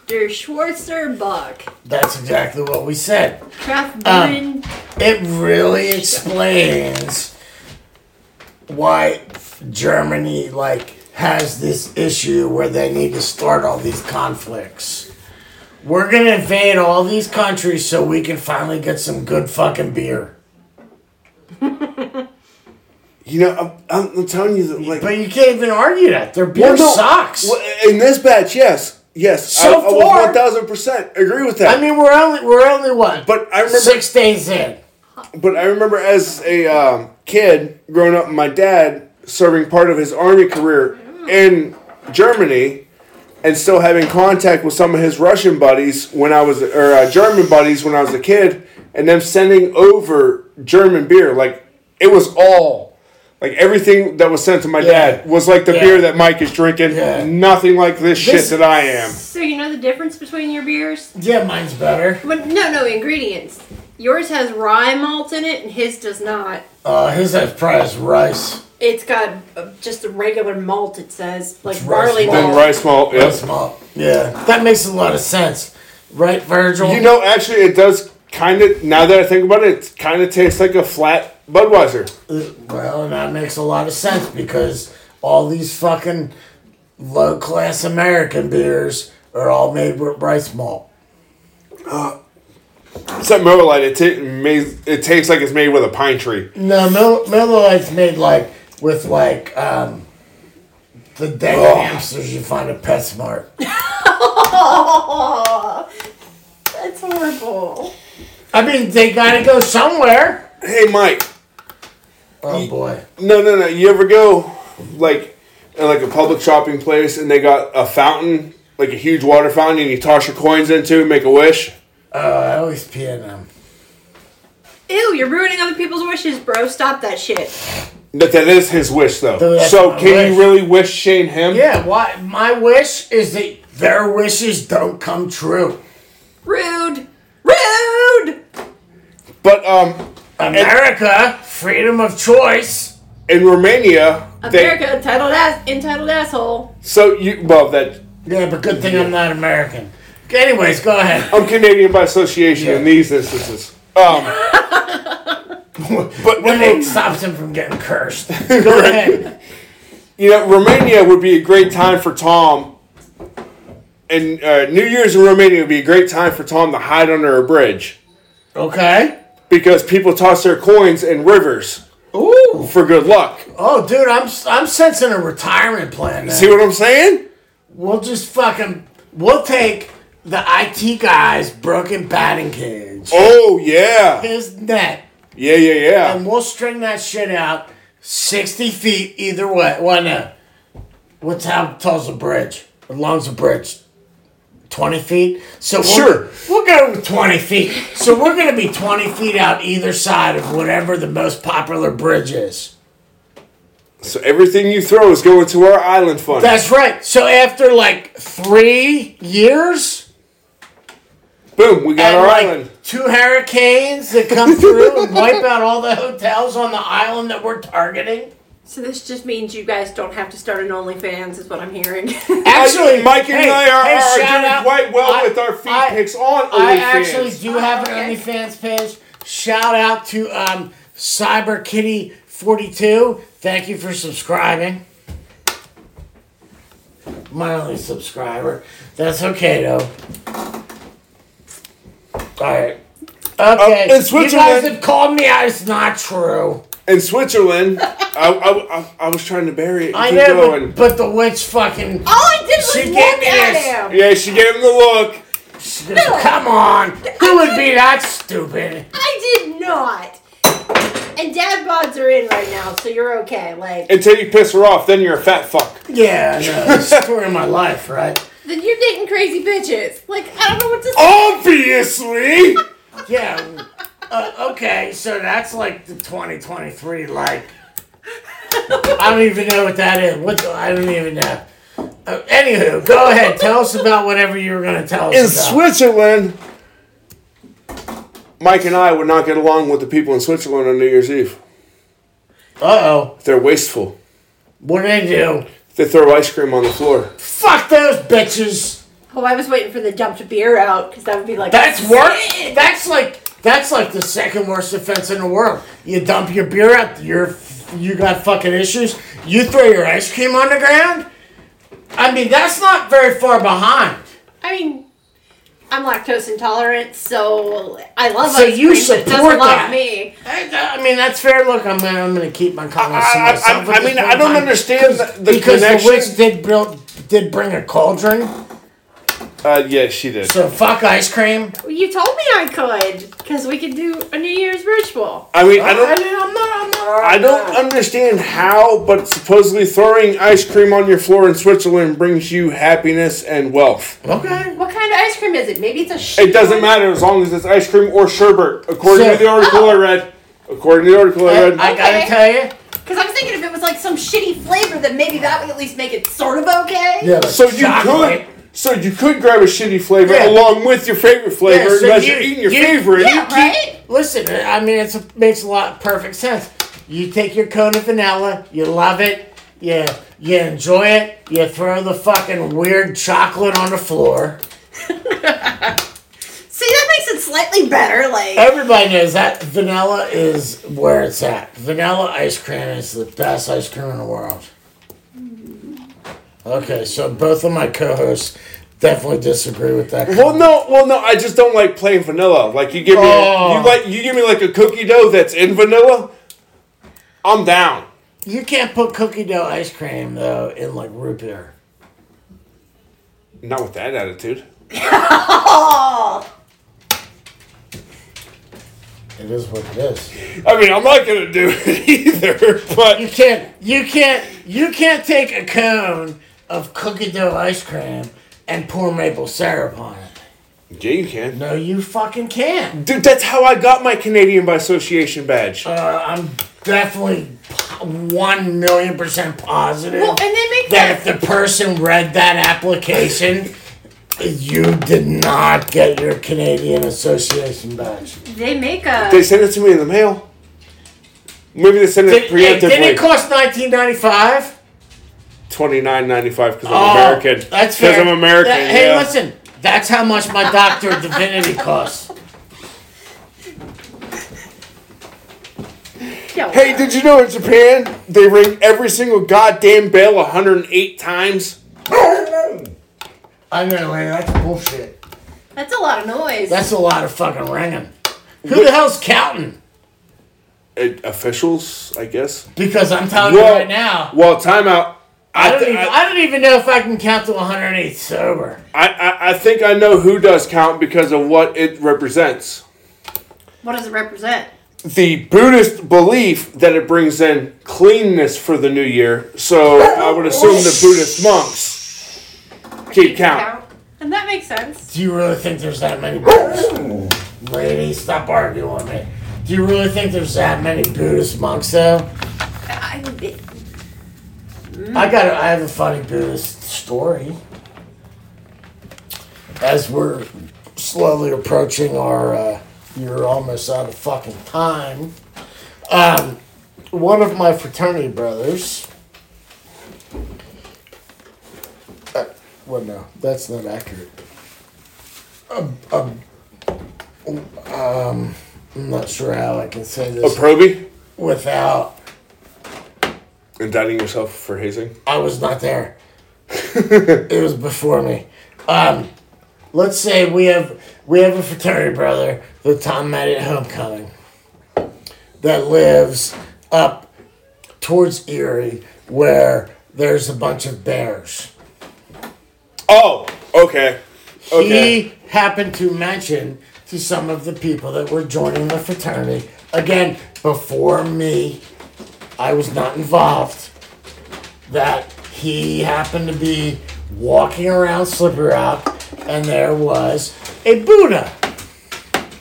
Der Schwarzer Buck.
That's exactly what we said.
Kraft
Um,
Beeren.
It really explains why Germany like has this issue where they need to start all these conflicts. We're gonna invade all these countries so we can finally get some good fucking beer.
You know, I'm, I'm telling you that like
But you can't even argue that. Their beer
Well, no,
sucks.
well, in this batch, yes, yes,
So
I, I
far-
one thousand percent agree with that.
I mean, we're only we're only what?
but I remember,
six days in.
but I remember as a um, kid growing up, my dad serving part of his army career in Germany, and still having contact with some of his Russian buddies when I was, or uh, German buddies when I was a kid, and them sending over German beer, like it was all. Like everything that was sent to my
Yeah.
dad was like the
Yeah.
beer that Mike is drinking.
Yeah.
Nothing like this shit
This-
that I am.
So you know the difference between your beers?
Yeah, mine's better.
But no, no ingredients. Yours has rye malt in it, and his does not.
Uh, his has prize rice.
It's got uh, just a regular malt. It says like
rice
barley
malt.
malt.
Then rice malt. yeah.
Rice malt. Yeah, that makes a lot of sense, right, Virgil?
You know, actually, it does kind of. Now that I think about it, it kind of tastes like a flat Budweiser.
Uh, well, that makes a lot of sense because all these fucking low class American beers are all made with rice malt.
Except Miller Lite, it, ta- ma- it tastes like it's made with a pine tree.
No, Mil- Miller Lite's made like with like um, the dang hamsters you find at PetSmart.
Oh, that's horrible.
I mean, they gotta go somewhere.
Hey, Mike.
Oh boy.
No, no, no. You ever go like in like a public shopping place and they got a fountain, like a huge water fountain, and you toss your coins into and make a wish?
Oh, I always pee in them.
Ew, you're ruining other people's wishes, bro. Stop that shit.
But that is his wish, though.
Dude, that's
so
my
can
wish.
you really wish shame him?
Yeah, why? My wish is that their wishes don't come true.
Rude. Rude.
But um,
America, freedom of choice.
in Romania,
America, entitled ass, entitled asshole.
they so you well that
Yeah, but good thing I'm not American. Anyways, go ahead.
I'm Canadian by association in
Yeah.
these instances. Um, but
When it stops him from getting cursed. Go ahead.
you know, Romania would be a great time for Tom. And uh, New Year's in Romania would be a great time for Tom to hide under a bridge
Okay.
because people toss their coins in rivers
Ooh.
for good luck.
Oh, dude, I'm I'm sensing a retirement plan. Now.
See what I'm saying?
We'll just fucking we'll take the IT guy's broken batting cage,
Oh yeah,
his net,
yeah, yeah, yeah.
and we'll string that shit out sixty feet either way. Why not? What's how tall's a bridge? How long's a bridge? Twenty feet. So we'll,
Sure.
we'll go with twenty feet. So we're gonna be twenty feet out either side of whatever the most popular bridge is.
So everything you throw is going to our island fund.
That's right. So after like three years.
Boom, we got
and
our
like
island.
two hurricanes that come through and wipe out all the hotels on the island that we're targeting.
So this just means you guys don't have to start an OnlyFans, is what I'm hearing.
Actually, Mike and I are, are doing quite well with our feet
I,
pics on
I
OnlyFans.
actually do have an
Okay.
OnlyFans page. Shout out to um, CyberKitty42. Thank you for subscribing. My only subscriber. That's okay though. All right. Okay.
Uh, in
you guys
Switzerland-
have called me out. It's not true.
In Switzerland, I, I, I, I was trying to bury it.
I
Keep
know,
going.
but, but the witch fucking.
All I did was
She gave
look at
me this.
him.
Yeah, she gave him the look.
Come on. Who would be that stupid?
I did not. And dad bods are in right now, so you're okay. Like,
Until you piss her off, then you're a fat fuck.
Yeah, no, it's the story of my life, right?
then you're dating crazy bitches. Like, I don't know what to say.
Obviously!
Yeah. Uh, okay, so that's like the 2023, like. I don't even know what that is. What the, I don't even know. Uh, anywho, go ahead. Tell us about whatever you were going to tell us.
In
about.
Switzerland, Mike and I would not get along with the people in Switzerland on New Year's Eve.
Uh oh.
They're wasteful.
What did I do?
They throw ice cream on the floor.
Fuck those bitches.
Oh, I was waiting for the dumped beer out, because that would be like,
That's worse. That's like that's like the second worst offense in the world. You dump your beer out. You're you got fucking issues. You throw your ice cream on the ground. I mean, that's not very far behind.
I mean, I'm lactose intolerant, so I love
So
ice
you
cream, but it doesn't
support
love
that.
me.
I, I mean, that's fair. Look, I'm gonna, I'm gonna keep my comments to
I- I-
myself.
I-
at
I
this
mean,
point
I
in
don't
time.
understand
Because-
the- the
because
connection.
the witch did build, did bring a cauldron.
Uh, yeah, she did.
So fuck ice cream.
Well, You told me I could, because we could do a New Year's ritual.
I mean, I
I
don't,
mean, I'm not. I'm not.
I don't understand how, but supposedly throwing ice cream on your floor in Switzerland brings you happiness and wealth.
Okay.
What kind of ice cream is it? Maybe it's a shit
It doesn't
one?
matter as long as it's ice cream or sherbet, according
So-
to the article I read. According to the article I read.
I gotta
Okay.
tell you.
Because I was thinking if it was like some shitty flavor, then maybe that would at least make it sort of okay.
Yeah. like
so you
chocolate.
could, so you could grab a shitty flavor
Yeah.
along with your favorite flavor
Yeah, so
unless
you-
you, are eating your
you-
favorite.
Yeah, right?
Listen, I mean, it's it makes a lot perfect sense. You take your cone of vanilla, you love it, you you enjoy it, you throw the fucking weird chocolate on the floor.
See, that makes it slightly better. Like,
Everybody knows that vanilla is where it's at. Vanilla ice cream is the best ice cream in the world. Okay, so both of my co-hosts definitely disagree with that.
Well, no, well, no. I just don't like plain vanilla. Like you give me,
Oh.
you like you give me like a cookie dough that's in vanilla. I'm down.
You can't put cookie dough ice cream though in like root beer.
Not with that attitude.
It is what it is.
I mean, I'm not gonna do it either.
You
But
can't. You can't. You can't take a cone of cookie dough ice cream and pour maple syrup on it.
yeah, you can.
No, you fucking can't.
Dude, that's how I got my Canadian by Association badge.
Uh, I'm definitely po- one million percent positive
Well, and they make
that if
that.
the person read that application, you did not get your Canadian Association badge.
They make a.
They sent it to me in the mail. Maybe they sent it
Did, hey, did it
preemptively.
cost 1995?
Twenty nine ninety five because I'm
Oh,
American.
That's fair.
Because I'm American.
That- hey,
yeah.
listen. That's how much my doctor of divinity costs.
no.
Hey, did you know in Japan they ring every single goddamn bell 108 times?
I'm gonna lay that's bullshit.
That's a lot of noise.
That's a lot of fucking ringing. Who the hell's counting?
Uh, officials, I guess.
Because I'm telling you right now,
Well, timeout.
I
I,
don't,
thi-
even,
I,
I don't even know if I can count to 108 sober.
I, I, I think I know who does count because of what it represents.
What does it represent?
The Buddhist belief that it brings in cleanness for the new year. So I would assume the Buddhist monks keep count.
And that makes sense.
Do you really think there's that many Buddhists? Lady, stop arguing with me. Do you really think there's that many Buddhist monks though?
I, it-
I got. I have a funny Buddhist story. As we're slowly approaching our, uh, you're almost out of fucking time. Um, one of my fraternity brothers. Uh, well, no, that's not accurate. Um, um, I'm not sure how I can say
A
this
Oh, proby?
without.
Indicting yourself for hazing?
I was not there. it was before me. Um, let's say we have we have a fraternity brother that Tom met at homecoming that lives up towards Erie where there's a bunch of bears.
Oh, okay. Okay.
He happened to mention to some of the people that were joining the fraternity again before me. I was not involved. That he happened to be walking around Slippery Rock, and there was a Buddha.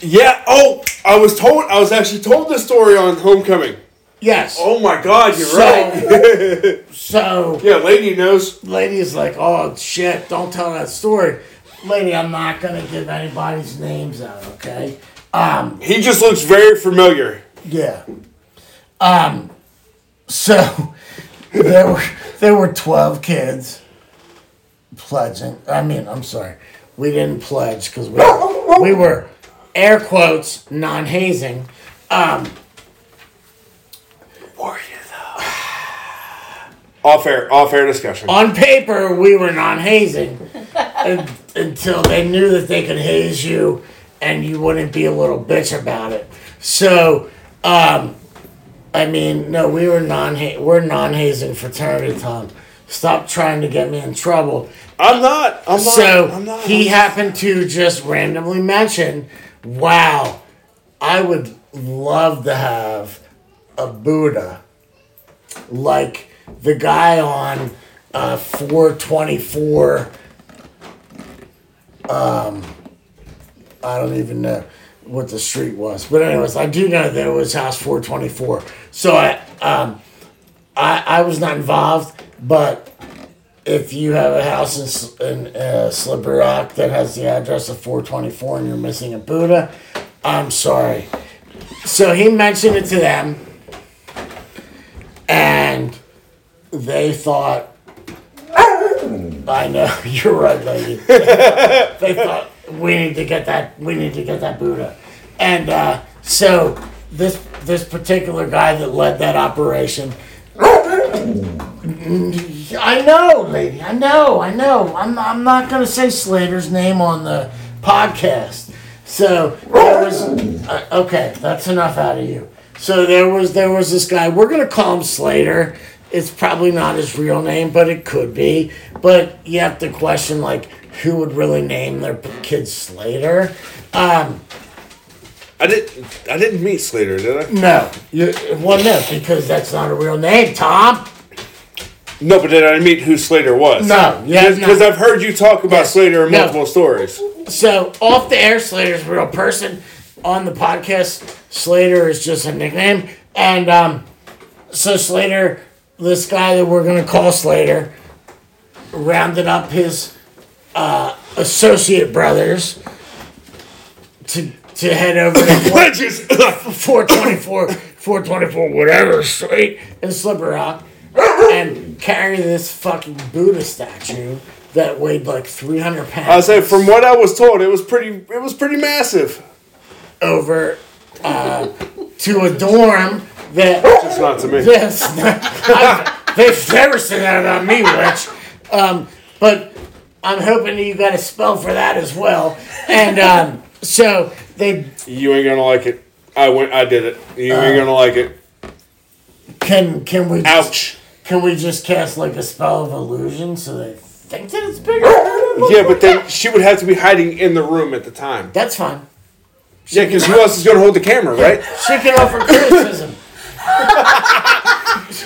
Yeah. Oh, I was told. I was actually told this story on homecoming.
Yes.
Oh my God, you're
so,
right.
so
Yeah, lady knows.
lady is like, "Oh shit, don't tell that story." Lady, I'm not gonna give anybody's names out, okay? Um,
He just looks very familiar.
Yeah. Um. So there were there were twelve kids pledging. I mean, I'm sorry, we didn't pledge because we we were air quotes non hazing. Um.
Off air, off air discussion.
on paper we were non-hazing un- until they knew that they could haze you and you wouldn't be a little bitch about it so um, i mean no we were non we're non-hazing fraternity tom stop trying to get me in trouble
I'm not. I'm not.
so
I'm not.
he happened to just randomly mention, "Wow, I would love to have a Buddha like the guy on uh, 424. Um, I don't even know what the street was, but anyways, I do know that it was House 424. So I, um, I, I was not involved, but if you have a house in, S- in uh, Slippery Rock that has the address of 424 and you're missing a Buddha, I'm sorry. So he mentioned it to them, and they thought, I know, you're right, lady. they thought, we need to get that, we need to get that Buddha. And uh, so this, this particular guy that led that operation I know, lady. I know. I know. I'm, I'm not going to say Slater's name on the podcast. So there was uh, okay. That's enough out of you. So there was there was this guy. We're going to call him Slater. It's probably not his real name, but it could be. But you have to question like who would really name their kid Slater. Um,
I didn't. I didn't meet Slater, did I?
no, you well no because that's not a real name, Tom.
No, but did I meet who Slater was?
No, you have
because
not.
I've heard you talk about Slater in
No.
multiple stories.
So off the air, Slater's a real person. On the podcast, Slater is just a nickname. And um, so Slater, this guy that we're gonna call Slater, rounded up his uh, associate brothers to to head over to Fort-
Just-
424, 424, whatever street in Slipper Rock and carry this fucking Buddha statue that weighed like 300 pounds.
I say, from what I was told, it was pretty. It was pretty massive.
over uh, to a dorm that
It's not to me.
this I've- they've never said that about me, which um, but I'm hoping that you got a spell for that as well. And um, so they
You ain't gonna like it. I went. I did it. You
Uh.
ain't gonna like it.
can can we just,
Ouch.
can we just cast like a spell of illusion so they think that it's bigger? than it is?
Yeah, but then she would have to be hiding in the room at the time.
That's fine.
Yeah, because who else is gonna hold the camera, right?
She can offer criticism.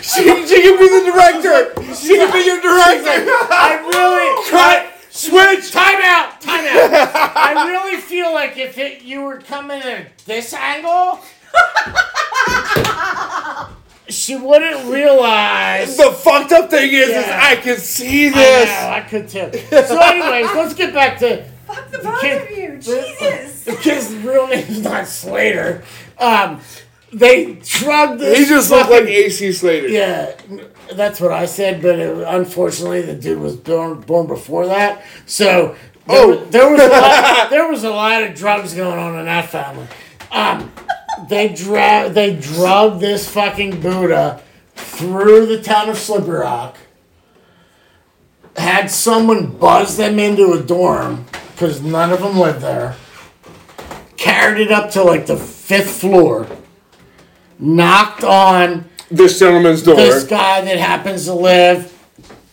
She, she can be the director. She can be your director.
I really
Cut. Switch.
Time out! Time out! I really feel like if it, you were coming at this angle, she wouldn't realize.
The fucked up thing is, is
Yeah.
I can see
I,
this.
know, I could too. So, anyways, let's get back to
Fuck the both
kid-
of you. Jesus.
the kid's real name's not Slater. Um, they shrugged this.
He just looked like
fucking-
AC Slater.
Yeah, that's what I said, but it, unfortunately, the dude was born, born before that. So there,
Oh.
was, there was a lot, there was a lot of drugs going on in that family. Um, they dra- they drug this fucking Buddha through the town of Slippery Rock. Had someone buzz them into a dorm because none of them lived there. Carried it up to like the fifth floor. Knocked on
This gentleman's door.
this guy that happens to live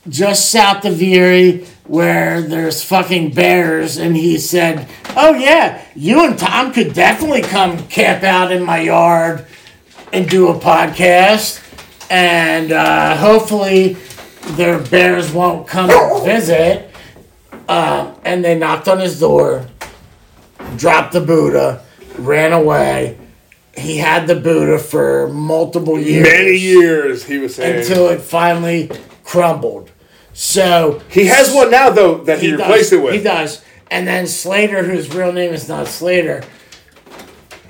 just south of Erie where there's fucking bears and he said, "Oh yeah, you and Tom could definitely come camp out in my yard and do a podcast and uh, hopefully their bears won't come visit." Uh, and they knocked on his door, dropped the Buddha, ran away. He had the Buddha for multiple years
Many years he was saying.
until it finally crumbled. So
he has one now though that he,
does-
replaced it
He
with.
does. And then Slater, whose real name is not Slater,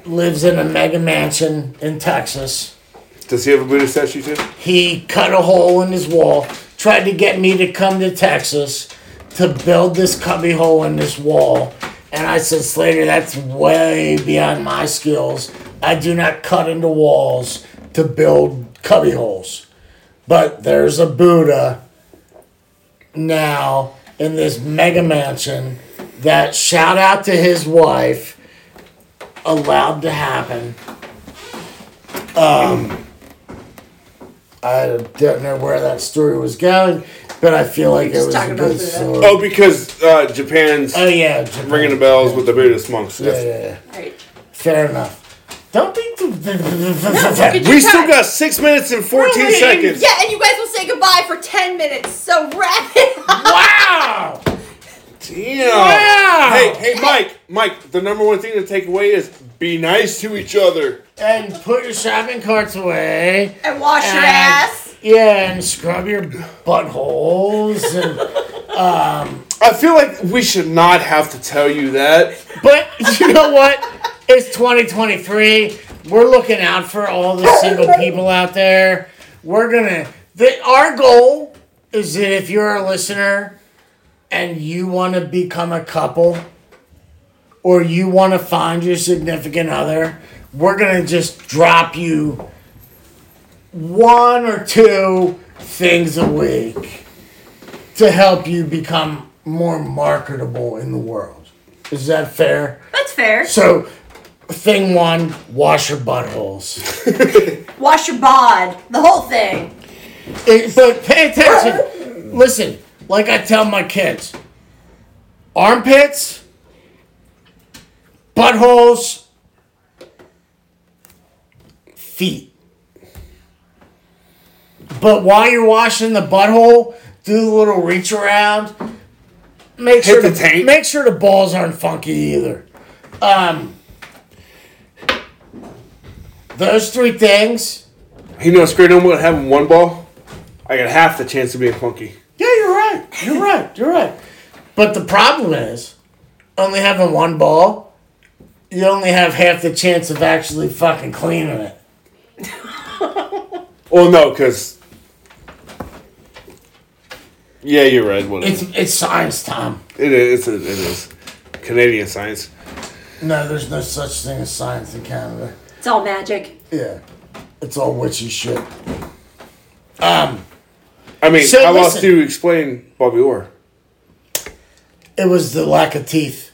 lives in a mega mansion in Texas.
Does he have a Buddha statue too?
He cut a hole in his wall, tried to get me to come to Texas to build this cubby hole in this wall. And I said, Slater, that's way beyond my skills. I do not cut into walls to build cubby holes. But there's a Buddha now in this mega mansion that shout out to his wife allowed to happen. Um, I don't know where that story was going, but I feel like it
just
was a
talking about
good
Buddha.
story.
Oh, because uh, Japan's
Oh yeah, Japan.
ringing the bells with the Buddhist monks.
Yeah,
That's-
yeah, yeah.
Right.
Fair enough. Don't be too.
Could
We
you
still
cut?
got six minutes and fourteen
Really?
seconds.
Yeah, and you guys will say goodbye for 10 minutes, so wrap it up.
wow!
Damn.
Wow.
Hey, hey, Mike, Mike. The number one thing to take away is be nice to each other.
And put your shopping carts away.
And wash your
And-
ass.
Yeah, and scrub your buttholes. And,
I feel like we should not have to tell you that.
but you know what? It's 2023. We're looking out for all the single people out there. We're gonna. The, our goal is that if you're a listener and you want to become a couple, or you want to find your significant other, we're gonna just drop you one or two things a week to help you become more marketable in the world. Is that fair?
That's fair.
So, thing one, wash your buttholes.
Wash your bod. The whole thing.
It- Eh, but pay attention. Listen, like I tell my kids, armpits, buttholes, feet. But while you're washing the butthole, do the little reach around. Make sure
the tank.
Make sure the balls aren't funky either. Um, those three things.
You know, Screen I'm gonna have one ball. I got half the chance of being funky.
Yeah, you're right. You're right. You're right. But the problem is, only having one ball, you only have half the chance of actually fucking cleaning it.
Well, no, because yeah, you're right. Whatever.
It's it's science time.
It is. It is. Canadian science.
No, there's no such thing as science in Canada.
It's all magic.
Yeah, it's all witchy shit.
I mean,
So
how else
listen.
do you explain Bobby Orr?
It was the lack of teeth.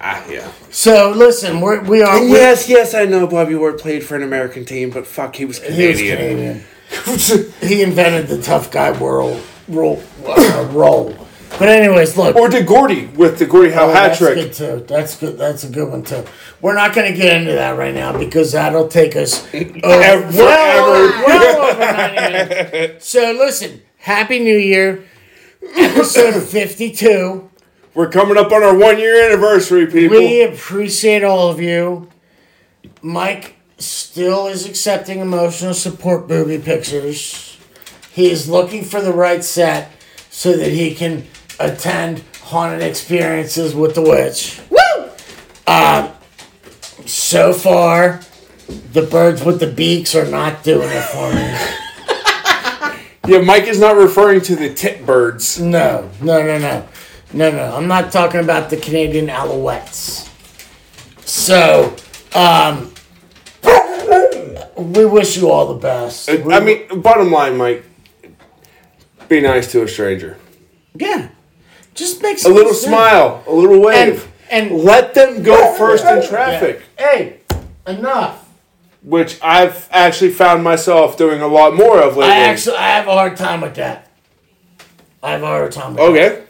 Ah, yeah.
So listen, we're, we are. we-
Yes, yes, I know Bobby Orr played for an American team, but fuck, he was
he was
Canadian.
Canadian. he invented the tough guy world role. Uh, role. But anyways, look.
Or did Gordy with the Gordy Howe
Oh,
hat
that's
trick?
good too. That's good. That's a good one too. We're not going to get into that right now because that'll take us over, well,
Ev-
over- well over 90 minutes. So listen, Happy New Year, episode fifty-two.
We're coming up on our one year anniversary, people.
We appreciate all of you. Mike still is accepting emotional support booby pictures. He is looking for the right set so that he can attend haunted experiences with the witch. Woo! Uh, so far, the birds with the beaks are not doing it for me.
yeah, Mike is not referring to the tit birds.
No, no, no, no. No, no. I'm not talking about the Canadian Alouettes. So, um, we wish you all the best.
Uh, I mean, bottom line, Mike, be nice to a stranger.
yeah. Just make
A little smile, a little wave.
And, and
Let them go first in traffic.
Hey, enough.
which I've actually found myself doing a lot more of lately.
I actually, I have a hard time with that. I have a hard time with that.
okay.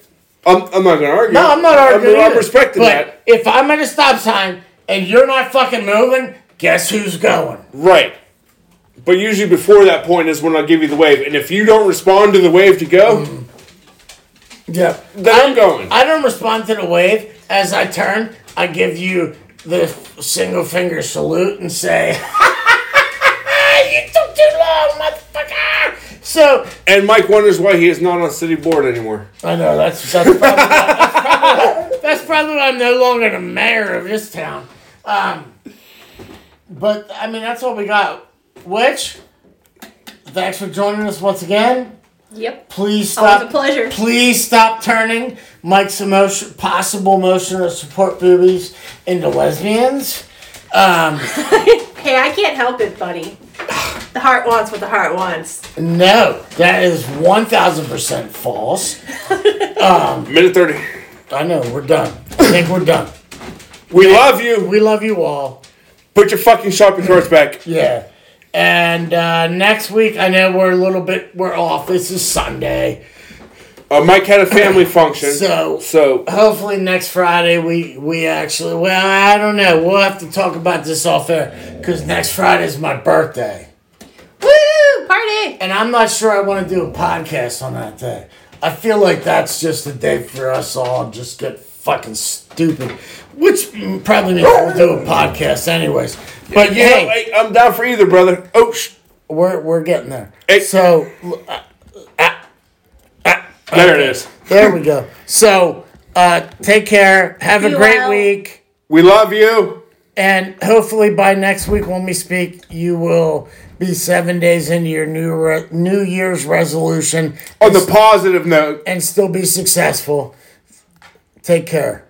I'm, I'm not gonna argue.
No, I'm not arguing.
I'm,
either.
respecting
but
that.
If I'm at a stop sign and you're not fucking moving, guess who's going?
Right. But usually before that point is when I give you the wave, and if you don't respond to the wave to
Mm-hmm.
go,
Yep.
then I'm going.
I don't respond to the wave. As I turn, I give you the single finger salute and say, You took too long, motherfucker! So,
and Mike wonders why he is not on city board anymore.
I know, that's, that's, probably, that's, probably, that's probably why I'm no longer the mayor of this town. Um, but, I mean, that's all we got. Which, thanks for joining us once again.
Yep.
Please stop.
Always a pleasure.
Please stop turning Mike's emotion, possible motion of support boobies into lesbians. Um,
Hey, I can't help it, buddy. The heart wants what the heart wants.
no, that is 1000% false.
Minute thirty.
I know, we're done. I think we're done.
We love you.
We love you all.
Put your fucking shopping carts back.
Yeah. And uh, next week, I know we're a little bit, we're off. This is Sunday.
Uh, Mike had a family function,
So-
so uh,
Hopefully next Friday we we actually well I don't know we'll have to talk about this off air because next Friday is my birthday.
Woo! Party!
And I'm not sure I want to do a podcast on that day. I feel like that's just a day for us all to just get fucking stupid, which probably means we'll do a podcast anyways. But
you know,
hey,
hey, I'm down for either, brother. Oh, sh-
we're we're getting there.
Hey.
So l- uh,
there it is.
there we go. So uh, take care. Have
Be
a great
well.
week.
We love you.
And hopefully by next week when we speak, you will be seven days into your new re- New Year's resolution
On the positive note.
and still be successful. Take care.